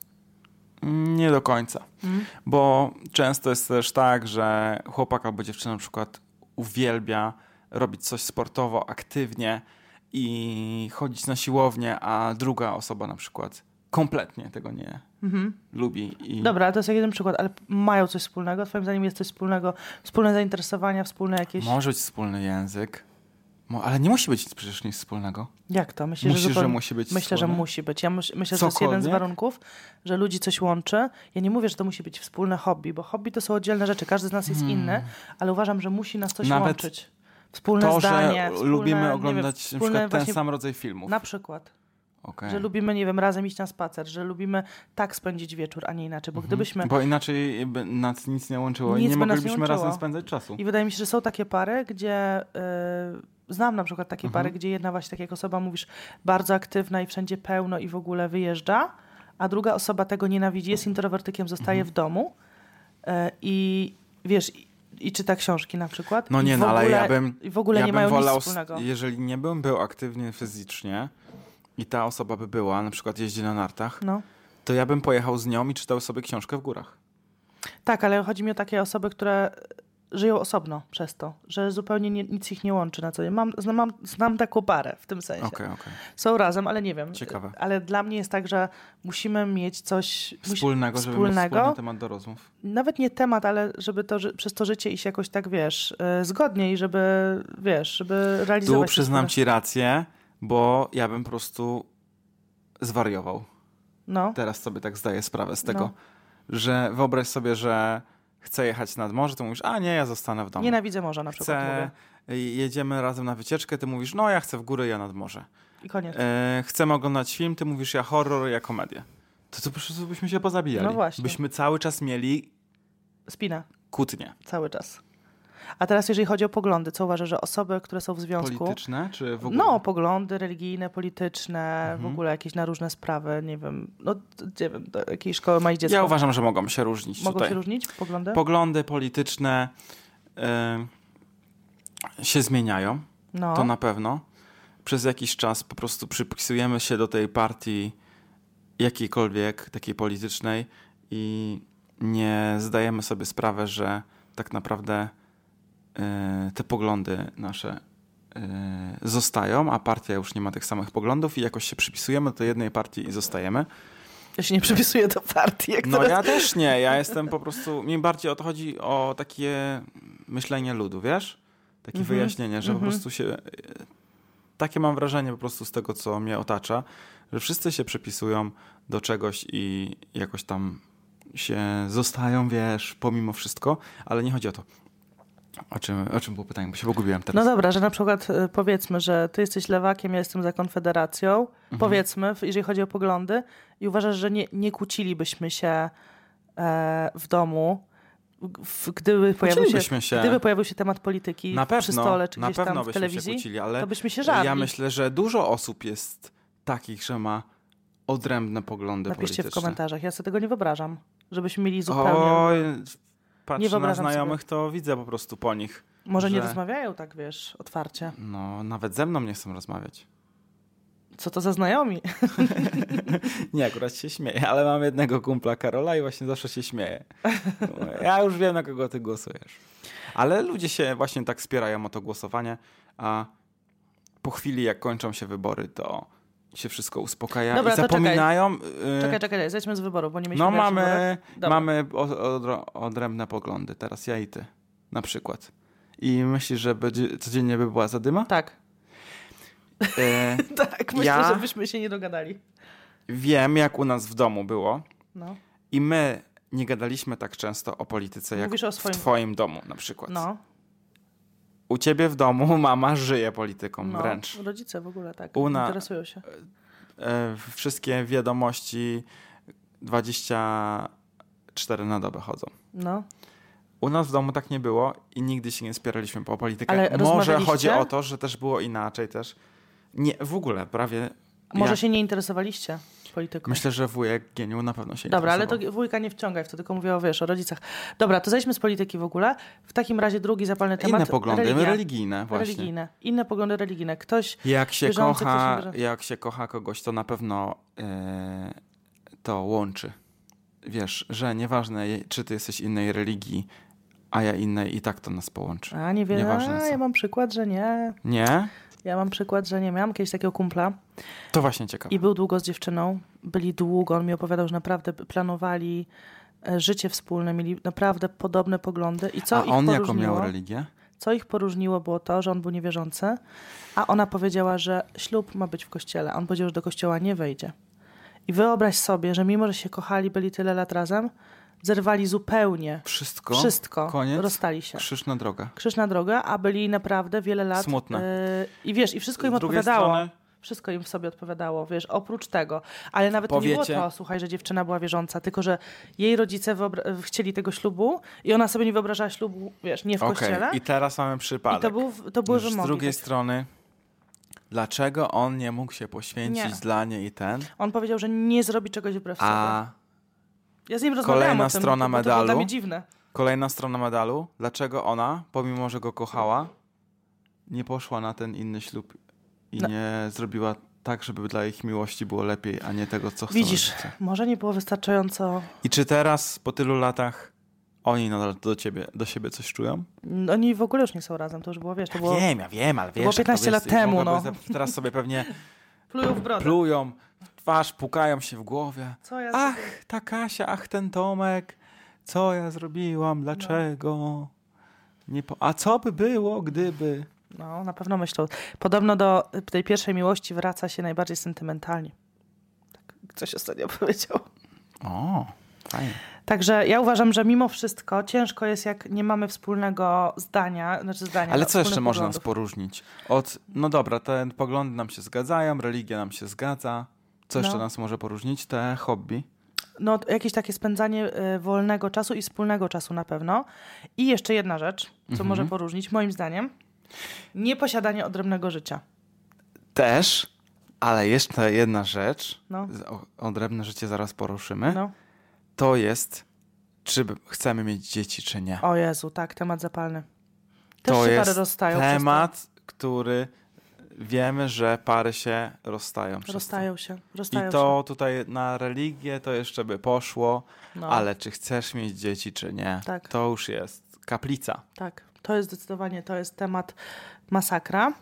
Speaker 1: Nie do końca.
Speaker 2: Mm.
Speaker 1: Bo często jest też tak, że chłopak albo dziewczyna na przykład uwielbia robić coś sportowo, aktywnie i chodzić na siłownię, a druga osoba na przykład kompletnie tego nie lubi. I
Speaker 2: Mhm. Dobra, ale to jest jeden przykład, ale mają coś wspólnego? Twoim zdaniem jest coś wspólnego? Wspólne zainteresowania, wspólne jakieś...
Speaker 1: Może być wspólny język, mo- ale nie musi być przecież nic wspólnego.
Speaker 2: Jak to? Myślę,
Speaker 1: Musisz,
Speaker 2: że,
Speaker 1: że
Speaker 2: zupełnie...
Speaker 1: musi być
Speaker 2: Myślę, że
Speaker 1: wspólne?
Speaker 2: musi być. Ja myśl, myślę, że to jest jeden z
Speaker 1: Cokolwiek?
Speaker 2: warunków, że ludzi coś łączy. Ja nie mówię, że to musi być wspólne hobby, bo hobby to są oddzielne rzeczy. Każdy z nas jest inny, ale uważam, że musi nas coś
Speaker 1: Hmm. Nawet
Speaker 2: łączyć. Wspólne
Speaker 1: To,
Speaker 2: zdanie,
Speaker 1: że
Speaker 2: wspólne, nie
Speaker 1: lubimy
Speaker 2: wiem,
Speaker 1: oglądać na
Speaker 2: wspólne
Speaker 1: przykład ten
Speaker 2: właśnie-
Speaker 1: sam rodzaj filmów.
Speaker 2: Na przykład.
Speaker 1: Okej.
Speaker 2: Że lubimy, nie wiem, razem iść na spacer, że lubimy tak spędzić wieczór, a nie inaczej,
Speaker 1: Mhm.
Speaker 2: bo gdybyśmy...
Speaker 1: Bo inaczej by nas nic nie łączyło
Speaker 2: Nic
Speaker 1: i nie
Speaker 2: by nas nie
Speaker 1: moglibyśmy
Speaker 2: łączyło.
Speaker 1: razem spędzać czasu.
Speaker 2: I wydaje mi się, że są takie pary, gdzie... y, Znam na przykład
Speaker 1: Mhm.
Speaker 2: takie pary, gdzie jedna właśnie, tak jak osoba mówisz, bardzo aktywna i wszędzie pełno i w ogóle wyjeżdża, a druga osoba tego nienawidzi, jest introwertykiem, zostaje
Speaker 1: Mhm.
Speaker 2: w domu y, i wiesz, i, i czyta książki na przykład.
Speaker 1: No
Speaker 2: i
Speaker 1: nie,
Speaker 2: w
Speaker 1: no ale
Speaker 2: ogóle-
Speaker 1: ja bym.
Speaker 2: I w ogóle
Speaker 1: ja
Speaker 2: nie
Speaker 1: bym
Speaker 2: mają
Speaker 1: wolał,
Speaker 2: nic wspólnego.
Speaker 1: Jeżeli nie bym był aktywny fizycznie i ta osoba by była, na przykład jeździ na nartach,
Speaker 2: No.
Speaker 1: to ja bym pojechał z nią i czytał sobie książkę w górach.
Speaker 2: Tak, ale chodzi mi o takie osoby, które żyją osobno przez to, że zupełnie nie, nic ich nie łączy na co dzień. Mam, znam, mam, znam taką parę w tym sensie.
Speaker 1: Okej, okej.
Speaker 2: Są razem, ale nie wiem.
Speaker 1: Ciekawe.
Speaker 2: Ale dla mnie jest tak, że musimy mieć coś musi-
Speaker 1: Wspólnego, żeby mieć
Speaker 2: wspólnego.
Speaker 1: wspólny temat do rozmów.
Speaker 2: Nawet nie temat, ale żeby to, ży- przez to życie iść jakoś tak, wiesz, y, zgodniej, żeby, wiesz, żeby realizować...
Speaker 1: Tu
Speaker 2: te
Speaker 1: przyznam
Speaker 2: wspólne-
Speaker 1: ci rację, bo ja bym po prostu zwariował.
Speaker 2: No,
Speaker 1: Teraz sobie tak zdaję sprawę z
Speaker 2: No.
Speaker 1: tego, że wyobraź sobie, że chcę jechać nad morze, to mówisz, a nie, ja zostanę w domu.
Speaker 2: nienawidzę morza na przykład,
Speaker 1: chcę,
Speaker 2: mówię.
Speaker 1: jedziemy razem na wycieczkę, ty mówisz, no ja chcę w góry, ja nad morze.
Speaker 2: I koniec.
Speaker 1: E, chcemy oglądać film, ty mówisz ja horror, ja komedię. To to po prostu byśmy się pozabijali.
Speaker 2: No właśnie.
Speaker 1: Byśmy cały czas mieli
Speaker 2: Spina.
Speaker 1: kłótnie
Speaker 2: Cały czas. A teraz jeżeli chodzi o poglądy, co uważasz, że osoby, które są w związku...
Speaker 1: polityczne, czy w ogóle? Mhm.
Speaker 2: No, poglądy religijne, polityczne, w ogóle jakieś na różne sprawy, nie wiem, no t- nie wiem, do jakiej szkoły ma iść dziecko.
Speaker 1: ja uważam, że mogą się różnić
Speaker 2: Mogą
Speaker 1: tutaj.
Speaker 2: się różnić tak? poglądy?
Speaker 1: Poglądy polityczne e, się zmieniają,
Speaker 2: No,
Speaker 1: to na pewno. Przez jakiś czas po prostu przypisujemy się do tej partii jakiejkolwiek, takiej politycznej i nie zdajemy sobie sprawy, że tak naprawdę e, te poglądy nasze e, zostają, a partia już nie ma tych samych poglądów i jakoś się przypisujemy do jednej partii i zostajemy.
Speaker 2: ja się nie przypisuję do partii, jak
Speaker 1: No
Speaker 2: teraz...
Speaker 1: ja też nie, ja jestem po prostu, mi bardziej o to chodzi o takie myślenie ludu, wiesz? Takie
Speaker 2: Mhm,
Speaker 1: wyjaśnienie, że po prostu się, e, takie mam wrażenie po prostu z tego, co mnie otacza, że wszyscy się przepisują do czegoś i jakoś tam się zostają, wiesz, pomimo wszystko, ale nie chodzi o to. O czym, o czym było pytanie? Bo się pogubiłem teraz.
Speaker 2: No dobra, że na przykład y, powiedzmy, że ty jesteś lewakiem, ja jestem za Konfederacją,
Speaker 1: Mhm.
Speaker 2: powiedzmy, w- jeżeli chodzi o poglądy, i uważasz, że nie, nie kłócilibyśmy się e, w domu, g- w, gdyby, pojawił się,
Speaker 1: Kłócilibyśmy się.
Speaker 2: gdyby pojawił się temat polityki
Speaker 1: na pewno,
Speaker 2: przy stole czy
Speaker 1: na
Speaker 2: gdzieś
Speaker 1: pewno
Speaker 2: tam w
Speaker 1: byśmy się
Speaker 2: telewizji,
Speaker 1: kłócili, ale
Speaker 2: to byśmy się żarli.
Speaker 1: ja myślę, że dużo osób jest takich, że ma odrębne poglądy
Speaker 2: Napiszcie w
Speaker 1: polityczne.
Speaker 2: komentarzach, ja sobie tego nie wyobrażam, żebyśmy mieli zupełnie...
Speaker 1: Oj,
Speaker 2: Nie
Speaker 1: patrzę na
Speaker 2: wyobrażam
Speaker 1: znajomych, to widzę po prostu po nich.
Speaker 2: Może nie
Speaker 1: że-
Speaker 2: rozmawiają tak, wiesz, otwarcie.
Speaker 1: No, nawet ze mną nie chcą rozmawiać.
Speaker 2: Co to za znajomi?
Speaker 1: Y. Nie, akurat się śmieję, ale mam jednego kumpla Karola i właśnie zawsze się śmieję. Ja już wiem, na kogo ty głosujesz. Ale ludzie się właśnie tak spierają o to głosowanie, a po chwili, jak kończą się wybory, to się wszystko uspokaja
Speaker 2: Dobra,
Speaker 1: i
Speaker 2: to czekaj.
Speaker 1: zapominają. y,
Speaker 2: Czekaj, czekaj, zejdźmy z wyboru, bo nie mieliśmy
Speaker 1: No
Speaker 2: grać w wyborach.
Speaker 1: mamy,
Speaker 2: Dobra.
Speaker 1: mamy o- odro- odrębne poglądy, teraz ja i ty na przykład. I myślisz, że będzie, codziennie by była zadyma?
Speaker 2: Tak.
Speaker 1: E,
Speaker 2: Tak, myślę,
Speaker 1: Ja-
Speaker 2: żebyśmy się nie dogadali.
Speaker 1: wiem, jak u nas w domu było
Speaker 2: No.
Speaker 1: i my nie gadaliśmy tak często o polityce, jak
Speaker 2: Mówisz o
Speaker 1: w
Speaker 2: swoim-
Speaker 1: twoim domu na przykład.
Speaker 2: No,
Speaker 1: U ciebie w domu mama żyje polityką
Speaker 2: no.
Speaker 1: wręcz.
Speaker 2: Rodzice w ogóle tak.
Speaker 1: U na-
Speaker 2: Interesują się.
Speaker 1: E, wszystkie wiadomości 24 na dobę chodzą.
Speaker 2: No.
Speaker 1: U nas w domu tak nie było i nigdy się nie spieraliśmy po politykę.
Speaker 2: Ale
Speaker 1: Może
Speaker 2: rozmawialiście?
Speaker 1: chodzi o to, że też było inaczej też. Nie, w ogóle prawie.
Speaker 2: Może
Speaker 1: ja
Speaker 2: się nie interesowaliście polityką.
Speaker 1: Myślę, że wujek geniu na pewno się
Speaker 2: Dobra, ale to
Speaker 1: interesował.
Speaker 2: wujka nie wciągaj w to, tylko mówię o, wiesz, o rodzicach. Dobra, to zejdźmy z polityki w ogóle. W takim razie drugi zapalny temat.
Speaker 1: Inne poglądy,
Speaker 2: religia.
Speaker 1: religijne właśnie.
Speaker 2: Religijne. Inne poglądy religijne. Ktoś,
Speaker 1: Jak się,
Speaker 2: Bieżące,
Speaker 1: kocha,
Speaker 2: ktoś nie bierze.
Speaker 1: jak się kocha kogoś, to na pewno e, to łączy. Wiesz, że nieważne, je- czy ty jesteś innej religii, a ja innej, i tak to nas połączy.
Speaker 2: a nie wiem,
Speaker 1: Nieważne
Speaker 2: a,
Speaker 1: co.
Speaker 2: ja mam przykład, że nie.
Speaker 1: Nie?
Speaker 2: Ja mam przykład, że nie. Miałam kiedyś takiego kumpla,
Speaker 1: To właśnie ciekawe.
Speaker 2: I był długo z dziewczyną, byli długo. On mi opowiadał, że naprawdę planowali e, życie wspólne, mieli naprawdę podobne poglądy. I co
Speaker 1: a
Speaker 2: ich
Speaker 1: on jaką
Speaker 2: poróżniło?
Speaker 1: miał religię?
Speaker 2: Co ich poróżniło było to, że on był niewierzący, a ona powiedziała, że ślub ma być w kościele. a On powiedział, że do kościoła nie wejdzie. I wyobraź sobie, że mimo, że się kochali, byli tyle lat razem, zerwali zupełnie
Speaker 1: Wszystko?
Speaker 2: wszystko,
Speaker 1: Koniec?
Speaker 2: rozstali się.
Speaker 1: Krzyż na drogę.
Speaker 2: Krzyż na drogę, a byli naprawdę wiele lat.
Speaker 1: Smutne.
Speaker 2: e, I wiesz, i wszystko im
Speaker 1: Z drugiej
Speaker 2: odpowiadało.
Speaker 1: strony-
Speaker 2: Wszystko im w sobie odpowiadało, wiesz, oprócz tego. Ale nawet to nie
Speaker 1: Powiecie-
Speaker 2: było to, słuchaj, że dziewczyna była wierząca, tylko że jej rodzice wyobra- chcieli tego ślubu i ona sobie nie wyobrażała ślubu, wiesz, nie w
Speaker 1: Okej,
Speaker 2: kościele.
Speaker 1: i teraz mamy
Speaker 2: I,
Speaker 1: przypadek.
Speaker 2: to, był, to były
Speaker 1: Już
Speaker 2: wymogi.
Speaker 1: Z drugiej
Speaker 2: tak.
Speaker 1: strony, dlaczego on nie mógł się poświęcić
Speaker 2: Nie.
Speaker 1: dla niej i ten,
Speaker 2: On powiedział, że nie zrobi czegoś wbrew sobie.
Speaker 1: a
Speaker 2: Ja z nim rozmawiałam
Speaker 1: kolejna
Speaker 2: o tym,
Speaker 1: strona
Speaker 2: bo To było dla
Speaker 1: medalu.
Speaker 2: mnie dziwne.
Speaker 1: kolejna strona medalu, dlaczego ona, pomimo że go kochała, nie poszła na ten inny ślub i
Speaker 2: No.
Speaker 1: nie zrobiła tak, żeby dla ich miłości było lepiej, a nie tego, co chcą.
Speaker 2: Widzisz,
Speaker 1: rodzice.
Speaker 2: może nie było wystarczająco...
Speaker 1: I czy teraz, po tylu latach, oni nadal do ciebie, do siebie coś czują?
Speaker 2: Oni w ogóle już nie są razem, to już było, wiesz, to było...
Speaker 1: Wiem, ja wiem, ale wiesz...
Speaker 2: było
Speaker 1: jak to
Speaker 2: 15 lat
Speaker 1: jest,
Speaker 2: temu,
Speaker 1: mogłaby
Speaker 2: no.
Speaker 1: za- Teraz sobie pewnie
Speaker 2: Plują w brodę.
Speaker 1: plują w twarz, pukają się w głowie.
Speaker 2: Co ja
Speaker 1: Ach, ta Kasia, ach, ten Tomek, co ja
Speaker 2: No.
Speaker 1: zrobiłam, dlaczego? Nie po... A co by było, gdyby...
Speaker 2: No, na pewno myślą. Podobno do tej pierwszej miłości wraca się najbardziej sentymentalnie. Tak ktoś ostatnio powiedział.
Speaker 1: O, fajnie.
Speaker 2: Także ja uważam, że mimo wszystko ciężko jest, jak nie mamy wspólnego zdania, znaczy zdania.
Speaker 1: Ale
Speaker 2: no,
Speaker 1: co jeszcze
Speaker 2: wspólnych
Speaker 1: można nas
Speaker 2: poglądów.
Speaker 1: poróżnić? Od, no dobra, te poglądy nam się zgadzają, religia nam się zgadza. Co jeszcze
Speaker 2: No.
Speaker 1: nas może poróżnić? Te hobby.
Speaker 2: No, to jakieś takie spędzanie y, wolnego czasu i wspólnego czasu na pewno. I jeszcze jedna rzecz, co
Speaker 1: Mhm.
Speaker 2: może poróżnić, moim zdaniem. Nieposiadanie odrębnego życia.
Speaker 1: Też, ale jeszcze jedna rzecz,
Speaker 2: No.
Speaker 1: z- o- odrębne życie zaraz poruszymy,
Speaker 2: No.
Speaker 1: to jest, czy b- chcemy mieć dzieci, czy nie.
Speaker 2: O Jezu, tak, temat zapalny. Też
Speaker 1: to
Speaker 2: się
Speaker 1: jest
Speaker 2: pary rozstają. przez to.
Speaker 1: temat, który wiemy, że pary się rozstają. przez to.
Speaker 2: Rozstają się, rozstają
Speaker 1: I to tutaj na religię to jeszcze by poszło,
Speaker 2: się. No.
Speaker 1: ale czy chcesz mieć dzieci, czy nie,
Speaker 2: Tak.
Speaker 1: to już jest kaplica.
Speaker 2: Tak, to jest zdecydowanie, to jest temat masakra.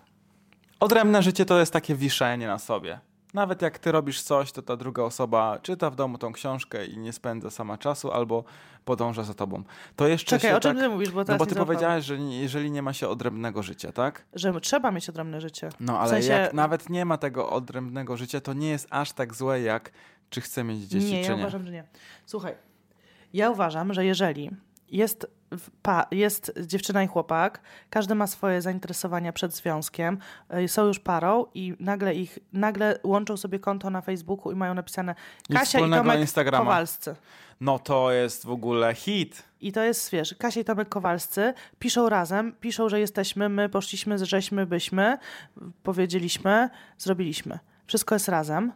Speaker 1: Odrębne życie to jest takie wiszenie na sobie. Nawet jak ty robisz coś, to ta druga osoba czyta w domu tą książkę i nie spędza sama czasu, albo podąża za tobą. To jeszcze
Speaker 2: Czekaj,
Speaker 1: się
Speaker 2: o czym
Speaker 1: tak...
Speaker 2: ty mówisz, bo
Speaker 1: No
Speaker 2: teraz
Speaker 1: bo
Speaker 2: nie
Speaker 1: ty
Speaker 2: złapałam.
Speaker 1: powiedziałaś, że nie- jeżeli nie ma się odrębnego życia, tak?
Speaker 2: Że trzeba mieć odrębne życie.
Speaker 1: No ale
Speaker 2: w sensie,
Speaker 1: jak nawet nie ma tego odrębnego życia, to nie jest aż tak złe jak czy chce mieć dzieci,
Speaker 2: nie,
Speaker 1: czy
Speaker 2: ja
Speaker 1: nie.
Speaker 2: uważam, że nie. Słuchaj, ja uważam, że jeżeli jest, w- pa, jest dziewczyna i chłopak, każdy ma swoje zainteresowania przed związkiem, y, są już parą i nagle ich, nagle łączą sobie konto na Facebooku i mają napisane
Speaker 1: Nic
Speaker 2: Kasia i
Speaker 1: wspólnego
Speaker 2: Tomek
Speaker 1: Instagrama.
Speaker 2: Kowalscy.
Speaker 1: No to jest w ogóle hit.
Speaker 2: I to jest, wiesz, Kasia i Tomek Kowalscy piszą razem, piszą, że jesteśmy, my poszliśmy, żeśmy, byśmy, powiedzieliśmy, zrobiliśmy. Wszystko jest razem.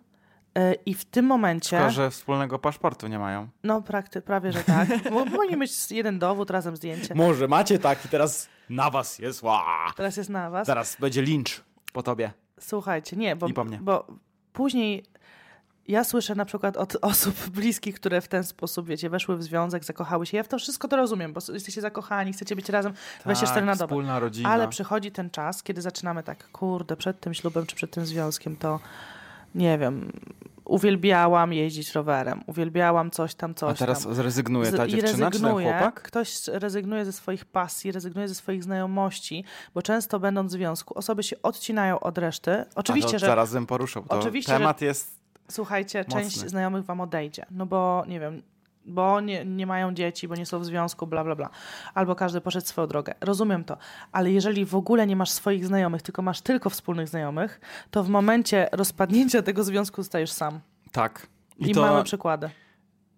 Speaker 2: Y, I w tym momencie...
Speaker 1: Tylko, że wspólnego paszportu nie mają.
Speaker 2: No prakty, prawie, że tak. Bo powinien mieć jeden dowód, razem zdjęcie.
Speaker 1: Może macie tak i teraz na was jest. Ła!
Speaker 2: Teraz jest na was.
Speaker 1: Zaraz będzie lincz po tobie.
Speaker 2: Słuchajcie, nie, bo,
Speaker 1: I po mnie.
Speaker 2: bo później ja słyszę na przykład od osób bliskich, które w ten sposób, wiecie, weszły w związek, zakochały się. Ja w to wszystko to rozumiem, bo jesteście zakochani, chcecie być razem 24 na dobę.
Speaker 1: Tak, Wspólna rodzina.
Speaker 2: Ale przychodzi ten czas, kiedy zaczynamy tak, kurde, przed tym ślubem czy przed tym związkiem to nie wiem, uwielbiałam jeździć rowerem, uwielbiałam coś tam, coś
Speaker 1: A teraz
Speaker 2: tam.
Speaker 1: zrezygnuje
Speaker 2: Z-
Speaker 1: ta
Speaker 2: i
Speaker 1: dziewczyna czy ten
Speaker 2: rezygnuje,
Speaker 1: chłopak?
Speaker 2: Ktoś rezygnuje ze swoich pasji, rezygnuje ze swoich znajomości, bo często będąc w związku, osoby się odcinają od reszty.
Speaker 1: A
Speaker 2: Oczywiście,
Speaker 1: to
Speaker 2: że
Speaker 1: Zaraz bym poruszył. To
Speaker 2: Oczywiście,
Speaker 1: temat jest...
Speaker 2: słuchajcie,
Speaker 1: Mocny.
Speaker 2: część znajomych wam odejdzie, no bo nie wiem, bo nie, nie mają dzieci, bo nie są w związku, bla, bla, bla. Albo każdy poszedł swoją drogę. Rozumiem to, ale jeżeli w ogóle nie masz swoich znajomych, tylko masz tylko wspólnych znajomych, to w momencie rozpadnięcia tego związku stajesz sam.
Speaker 1: Tak.
Speaker 2: I,
Speaker 1: I, to,
Speaker 2: małe przykłady.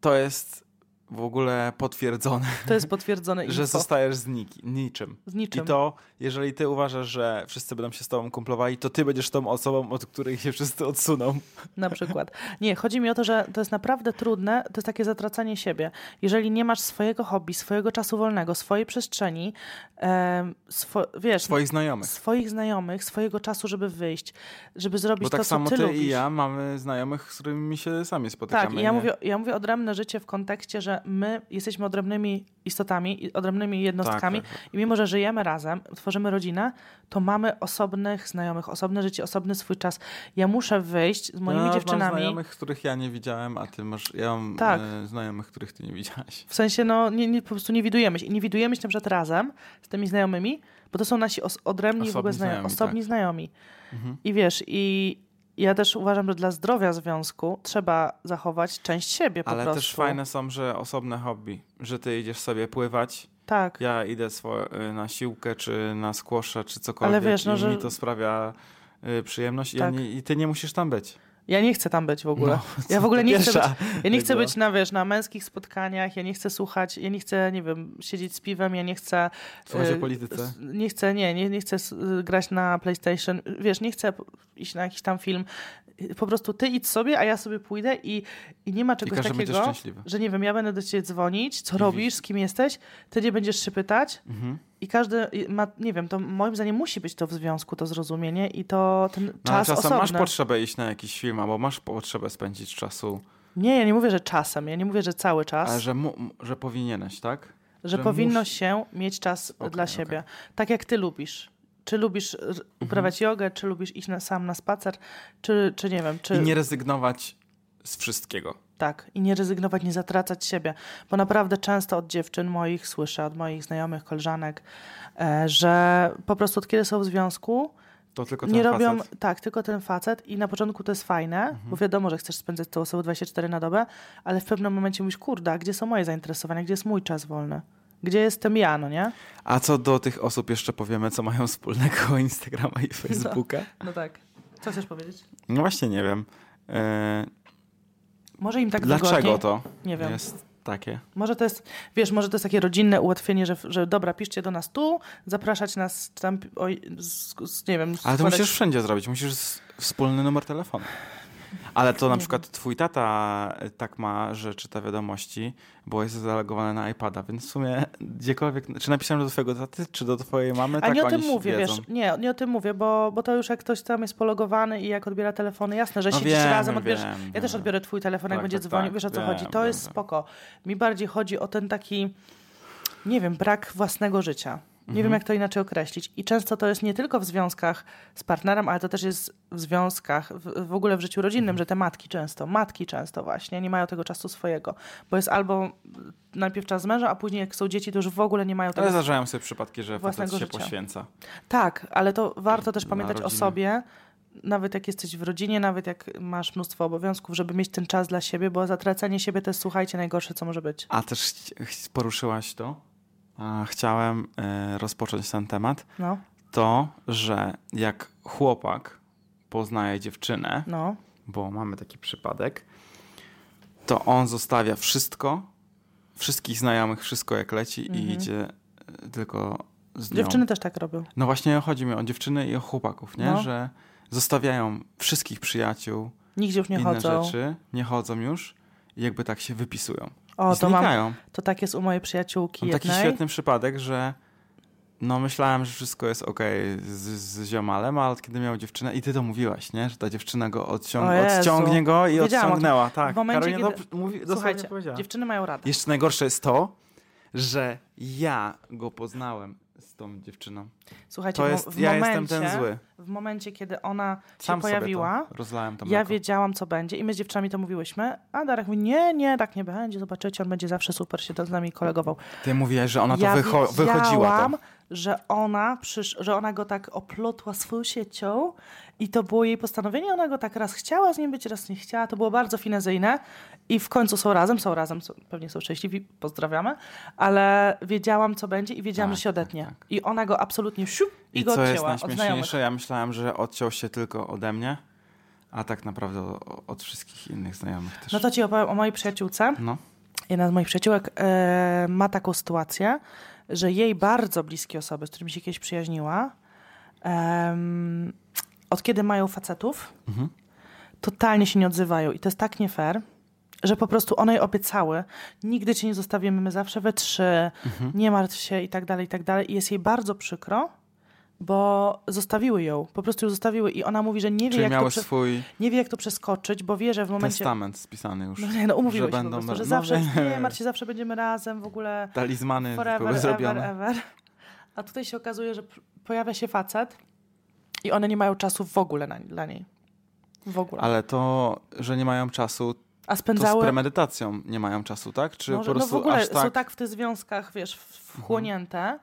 Speaker 1: to jest w ogóle potwierdzone,
Speaker 2: To jest potwierdzone info.
Speaker 1: że zostajesz z nik- niczym.
Speaker 2: z niczym.
Speaker 1: I to, jeżeli ty uważasz, że wszyscy będą się z tobą kumplowali, to ty będziesz tą osobą, od której się wszyscy odsuną.
Speaker 2: na przykład. Nie, chodzi mi o to, że to jest naprawdę trudne, to jest takie zatracanie siebie. Jeżeli nie masz swojego hobby, swojego czasu wolnego, swojej przestrzeni, em, swo, wiesz,
Speaker 1: Twoich znajomych.
Speaker 2: swoich znajomych, swojego czasu, żeby wyjść, żeby zrobić
Speaker 1: Bo
Speaker 2: to,
Speaker 1: tak
Speaker 2: co
Speaker 1: samo
Speaker 2: ty,
Speaker 1: ty,
Speaker 2: lubisz.
Speaker 1: i ja mamy znajomych, z którymi się sami spotykamy.
Speaker 2: Tak, i ja
Speaker 1: nie?
Speaker 2: mówię, ja mówię odrębne życie w kontekście, że my jesteśmy odrębnymi istotami, i odrębnymi jednostkami
Speaker 1: tak,
Speaker 2: i mimo, że żyjemy razem, tworzymy rodzinę, to mamy osobnych znajomych, osobne życie, osobny swój czas. Ja muszę wyjść z moimi
Speaker 1: ja Tak, Mam
Speaker 2: dziewczynami.
Speaker 1: znajomych, których ja nie widziałem, a ty masz. Ja mam
Speaker 2: Tak.
Speaker 1: e, znajomych, których ty nie widziałaś.
Speaker 2: W sensie, no, nie, nie, po prostu nie widujemy się. I nie widujemy się na przykład razem z tymi znajomymi, bo to są nasi os- odrębni
Speaker 1: Osobni
Speaker 2: w ogóle znajomi,
Speaker 1: znajomi,
Speaker 2: osobni
Speaker 1: tak.
Speaker 2: znajomi. I wiesz, i ja też uważam, że dla zdrowia związku trzeba zachować część siebie po
Speaker 1: Ale
Speaker 2: prostu.
Speaker 1: też fajne są, że osobne hobby, że ty idziesz sobie pływać,
Speaker 2: Tak.
Speaker 1: ja idę swo- y, na siłkę, czy na skłosze, czy cokolwiek.
Speaker 2: Ale wiesz, no,
Speaker 1: i
Speaker 2: że-
Speaker 1: mi to sprawia y, przyjemność
Speaker 2: Tak.
Speaker 1: i, ja nie, i ty nie musisz tam być.
Speaker 2: Ja nie chcę tam być w ogóle.
Speaker 1: No,
Speaker 2: ja w ogóle nie chcę być,
Speaker 1: Pierwsza
Speaker 2: ja nie chcę
Speaker 1: reguła.
Speaker 2: być na, wiesz, na męskich spotkaniach, ja nie chcę słuchać, ja nie chcę, nie wiem, siedzieć z piwem, ja nie chcę...
Speaker 1: Słuchać
Speaker 2: y,
Speaker 1: o polityce.
Speaker 2: s- Nie chcę, nie, nie, nie chcę s- y, grać na PlayStation, wiesz, nie chcę p- iść na jakiś tam film. Y, Po prostu ty idź sobie, a ja sobie pójdę i, i nie ma czegoś
Speaker 1: każdy będzie
Speaker 2: takiego,
Speaker 1: szczęśliwy.
Speaker 2: że nie wiem, ja będę do ciebie dzwonić, co
Speaker 1: I Mhm.
Speaker 2: robisz,
Speaker 1: widz-
Speaker 2: z kim jesteś, ty nie będziesz się pytać i każdy y, ma, nie wiem, to moim zdaniem musi być to w związku, to zrozumienie i to ten
Speaker 1: No, ale
Speaker 2: czas
Speaker 1: czasem
Speaker 2: osobny.
Speaker 1: masz potrzebę iść na jakiś film, albo masz potrzebę spędzić czasu,
Speaker 2: Nie, ja nie mówię, że czasem, ja nie mówię, że cały czas,
Speaker 1: ale
Speaker 2: że,
Speaker 1: że, mu, m- że powinieneś, tak? że
Speaker 2: powinno
Speaker 1: mus-
Speaker 2: się mieć czas
Speaker 1: Okej,
Speaker 2: dla
Speaker 1: okej. Mhm.
Speaker 2: siebie. Tak jak ty lubisz. Czy lubisz r- uprawiać jogę, czy lubisz iść na, sam na spacer, czy, czy nie wiem, czy
Speaker 1: I nie rezygnować z wszystkiego.
Speaker 2: tak, i nie rezygnować, nie zatracać siebie. Bo naprawdę często od dziewczyn moich słyszę, od moich znajomych, koleżanek, e, że po prostu od kiedy są w związku,
Speaker 1: To tylko ten
Speaker 2: nie robią,
Speaker 1: facet. Mhm.
Speaker 2: tak, tylko ten facet i na początku to jest fajne, bo wiadomo, że chcesz spędzać tą osobę 24 na dobę, ale w pewnym momencie mówisz, kurda, gdzie są moje zainteresowania, gdzie jest mój czas wolny? Gdzie jestem ja, no nie?
Speaker 1: A co do tych osób jeszcze powiemy, co mają wspólnego Instagrama i Facebooka?
Speaker 2: No tak. Co chcesz powiedzieć?
Speaker 1: No właśnie nie wiem. E,
Speaker 2: Może im tak
Speaker 1: dlaczego
Speaker 2: wygodniej.
Speaker 1: to
Speaker 2: Nie wiem.
Speaker 1: jest takie?
Speaker 2: Może to jest, wiesz, może to jest takie rodzinne ułatwienie, że, że dobra, piszcie do nas tu, zapraszać nas tam, oj, z, z, nie wiem.
Speaker 1: Ale to
Speaker 2: składać-
Speaker 1: musisz wszędzie zrobić, musisz z- wspólny numer telefonu. Ale to na przykład twój tata tak ma, że czyta wiadomości, bo jest zalegowane na iPada, więc w sumie gdziekolwiek, czy napisałem do twojego taty, czy do twojej mamy,
Speaker 2: A
Speaker 1: tak
Speaker 2: nie o tym
Speaker 1: oni
Speaker 2: mówię,
Speaker 1: wiedzą.
Speaker 2: wiesz, nie, nie o tym mówię, bo, bo to już jak ktoś tam jest pologowany i jak odbiera telefony, jasne, że
Speaker 1: No
Speaker 2: siedzisz
Speaker 1: wiem,
Speaker 2: razem, odbierzesz,
Speaker 1: wiem,
Speaker 2: ja też
Speaker 1: wiem.
Speaker 2: odbiorę twój telefon, jak
Speaker 1: Tak,
Speaker 2: będzie
Speaker 1: tak,
Speaker 2: dzwonił,
Speaker 1: tak,
Speaker 2: wiesz o co
Speaker 1: wiem,
Speaker 2: chodzi, to
Speaker 1: wiem,
Speaker 2: jest
Speaker 1: wiem.
Speaker 2: spoko. Mi bardziej chodzi o ten taki, nie wiem, brak własnego życia. Nie
Speaker 1: Mhm.
Speaker 2: wiem, jak to inaczej określić. I często to jest nie tylko w związkach z partnerem, ale to też jest w związkach, w, w ogóle w życiu
Speaker 1: Mhm.
Speaker 2: rodzinnym, że te matki często, matki często właśnie, nie mają tego czasu swojego. Bo jest albo najpierw czas z mężem, a później jak są dzieci, to już w ogóle nie mają tego
Speaker 1: Ale zdarzają sobie przypadki, że facet
Speaker 2: własnego
Speaker 1: się
Speaker 2: życia.
Speaker 1: poświęca.
Speaker 2: tak, ale to warto też
Speaker 1: Dla
Speaker 2: pamiętać o
Speaker 1: rodziny.
Speaker 2: sobie, nawet jak jesteś w rodzinie, nawet jak masz mnóstwo obowiązków, żeby mieć ten czas dla siebie, bo zatracenie siebie to jest, słuchajcie, najgorsze, co może być.
Speaker 1: A też chci- chci- poruszyłaś to, a, chciałem e, rozpocząć ten temat,
Speaker 2: No,
Speaker 1: to, że jak chłopak poznaje dziewczynę,
Speaker 2: no.
Speaker 1: bo mamy taki przypadek, to on zostawia wszystko, wszystkich znajomych, wszystko jak leci i
Speaker 2: Mhm.
Speaker 1: idzie e, tylko z nią.
Speaker 2: Dziewczyny też tak robią.
Speaker 1: No właśnie chodzi mi o dziewczyny i o chłopaków, nie?
Speaker 2: No.
Speaker 1: Że zostawiają wszystkich przyjaciół,
Speaker 2: Nigdzie już nie
Speaker 1: inne
Speaker 2: chodzą.
Speaker 1: rzeczy, nie chodzą już i jakby tak się wypisują.
Speaker 2: O,
Speaker 1: I
Speaker 2: to mam.
Speaker 1: znikają.
Speaker 2: To tak jest u mojej przyjaciółki
Speaker 1: Mam taki
Speaker 2: jednej.
Speaker 1: świetny przypadek, że no myślałem, że wszystko jest okej z, z ziomalem, ale od kiedy miał dziewczynę i ty to mówiłaś, nie? Że ta dziewczyna go
Speaker 2: O
Speaker 1: odciąg-
Speaker 2: Jezu.
Speaker 1: odciągnie go i
Speaker 2: Wiedziałam o tym.
Speaker 1: odciągnęła. Tak,
Speaker 2: W momencie,
Speaker 1: Karolina
Speaker 2: kiedy-
Speaker 1: to mówi, dosłownie
Speaker 2: Słuchajcie,
Speaker 1: powiedziała.
Speaker 2: dziewczyny mają radę.
Speaker 1: Jeszcze najgorsze jest to, że ja go poznałem z tą dziewczyną.
Speaker 2: Słuchajcie,
Speaker 1: To
Speaker 2: w mo-
Speaker 1: jest,
Speaker 2: w
Speaker 1: ja
Speaker 2: momencie,
Speaker 1: jestem ten zły.
Speaker 2: w momencie, kiedy ona
Speaker 1: Sam
Speaker 2: się pojawiła,
Speaker 1: sobie to rozlałem to
Speaker 2: ja
Speaker 1: mleko.
Speaker 2: wiedziałam, co będzie i my z dziewczynami to mówiłyśmy, a Darek mówi, nie, nie, tak nie będzie, zobaczycie, on będzie zawsze super się to z nami kolegował.
Speaker 1: Ty mówiłaś, że ona to
Speaker 2: ja
Speaker 1: wycho- wychodziła to.
Speaker 2: wiedziałam, że ona, przysz- że ona go tak oplotła swoją siecią i to było jej postanowienie, ona go tak raz chciała z nim być, raz nie chciała, to było bardzo finezyjne i w końcu są razem, są razem, są, pewnie są szczęśliwi, pozdrawiamy, ale wiedziałam, co będzie i wiedziałam,
Speaker 1: Tak,
Speaker 2: że się odetnie.
Speaker 1: tak, tak.
Speaker 2: I ona go absolutnie siup i,
Speaker 1: I
Speaker 2: go
Speaker 1: co jest
Speaker 2: odcięła od znajomych.
Speaker 1: najśmieszniejsze, ja myślałem, że odciął się tylko ode mnie, a tak naprawdę o- od wszystkich innych znajomych też.
Speaker 2: No to ci opowiem o mojej przyjaciółce.
Speaker 1: No.
Speaker 2: Jedna z moich przyjaciółek e, ma taką sytuację, że jej bardzo bliskie osoby, z którymi się kiedyś przyjaźniła, em, od kiedy mają facetów,
Speaker 1: Mhm.
Speaker 2: totalnie się nie odzywają. I to jest tak nie fair, że po prostu one jej obiecały, nigdy cię nie zostawimy, my zawsze we trzy,
Speaker 1: Mhm.
Speaker 2: nie martw się i tak dalej, i tak dalej. I jest jej bardzo przykro, bo zostawiły ją, po prostu ją zostawiły i ona mówi, że nie wie,
Speaker 1: Czyli
Speaker 2: jak to,
Speaker 1: miałeś
Speaker 2: prze-
Speaker 1: swój
Speaker 2: nie wie jak to przeskoczyć, bo wie, że w momencie...
Speaker 1: testament spisany już.
Speaker 2: No, nie, no umówiłeś
Speaker 1: że
Speaker 2: się
Speaker 1: będą
Speaker 2: po prostu, że
Speaker 1: no,
Speaker 2: zawsze,
Speaker 1: wiem.
Speaker 2: nie martw się, zawsze będziemy razem, w ogóle
Speaker 1: Talizmany
Speaker 2: forever,
Speaker 1: były
Speaker 2: ever,
Speaker 1: zrobione.
Speaker 2: ever. A tutaj się okazuje, że p- pojawia się facet i one nie mają czasu w ogóle na, dla niej. W ogóle.
Speaker 1: Ale to, że nie mają czasu, to
Speaker 2: A
Speaker 1: z
Speaker 2: spędzały...
Speaker 1: premedytacją nie mają czasu, tak? Czy
Speaker 2: Może,
Speaker 1: po
Speaker 2: no
Speaker 1: prostu
Speaker 2: w ogóle
Speaker 1: aż tak? Mhm.
Speaker 2: są tak w tych związkach, wiesz, w- wchłonięte.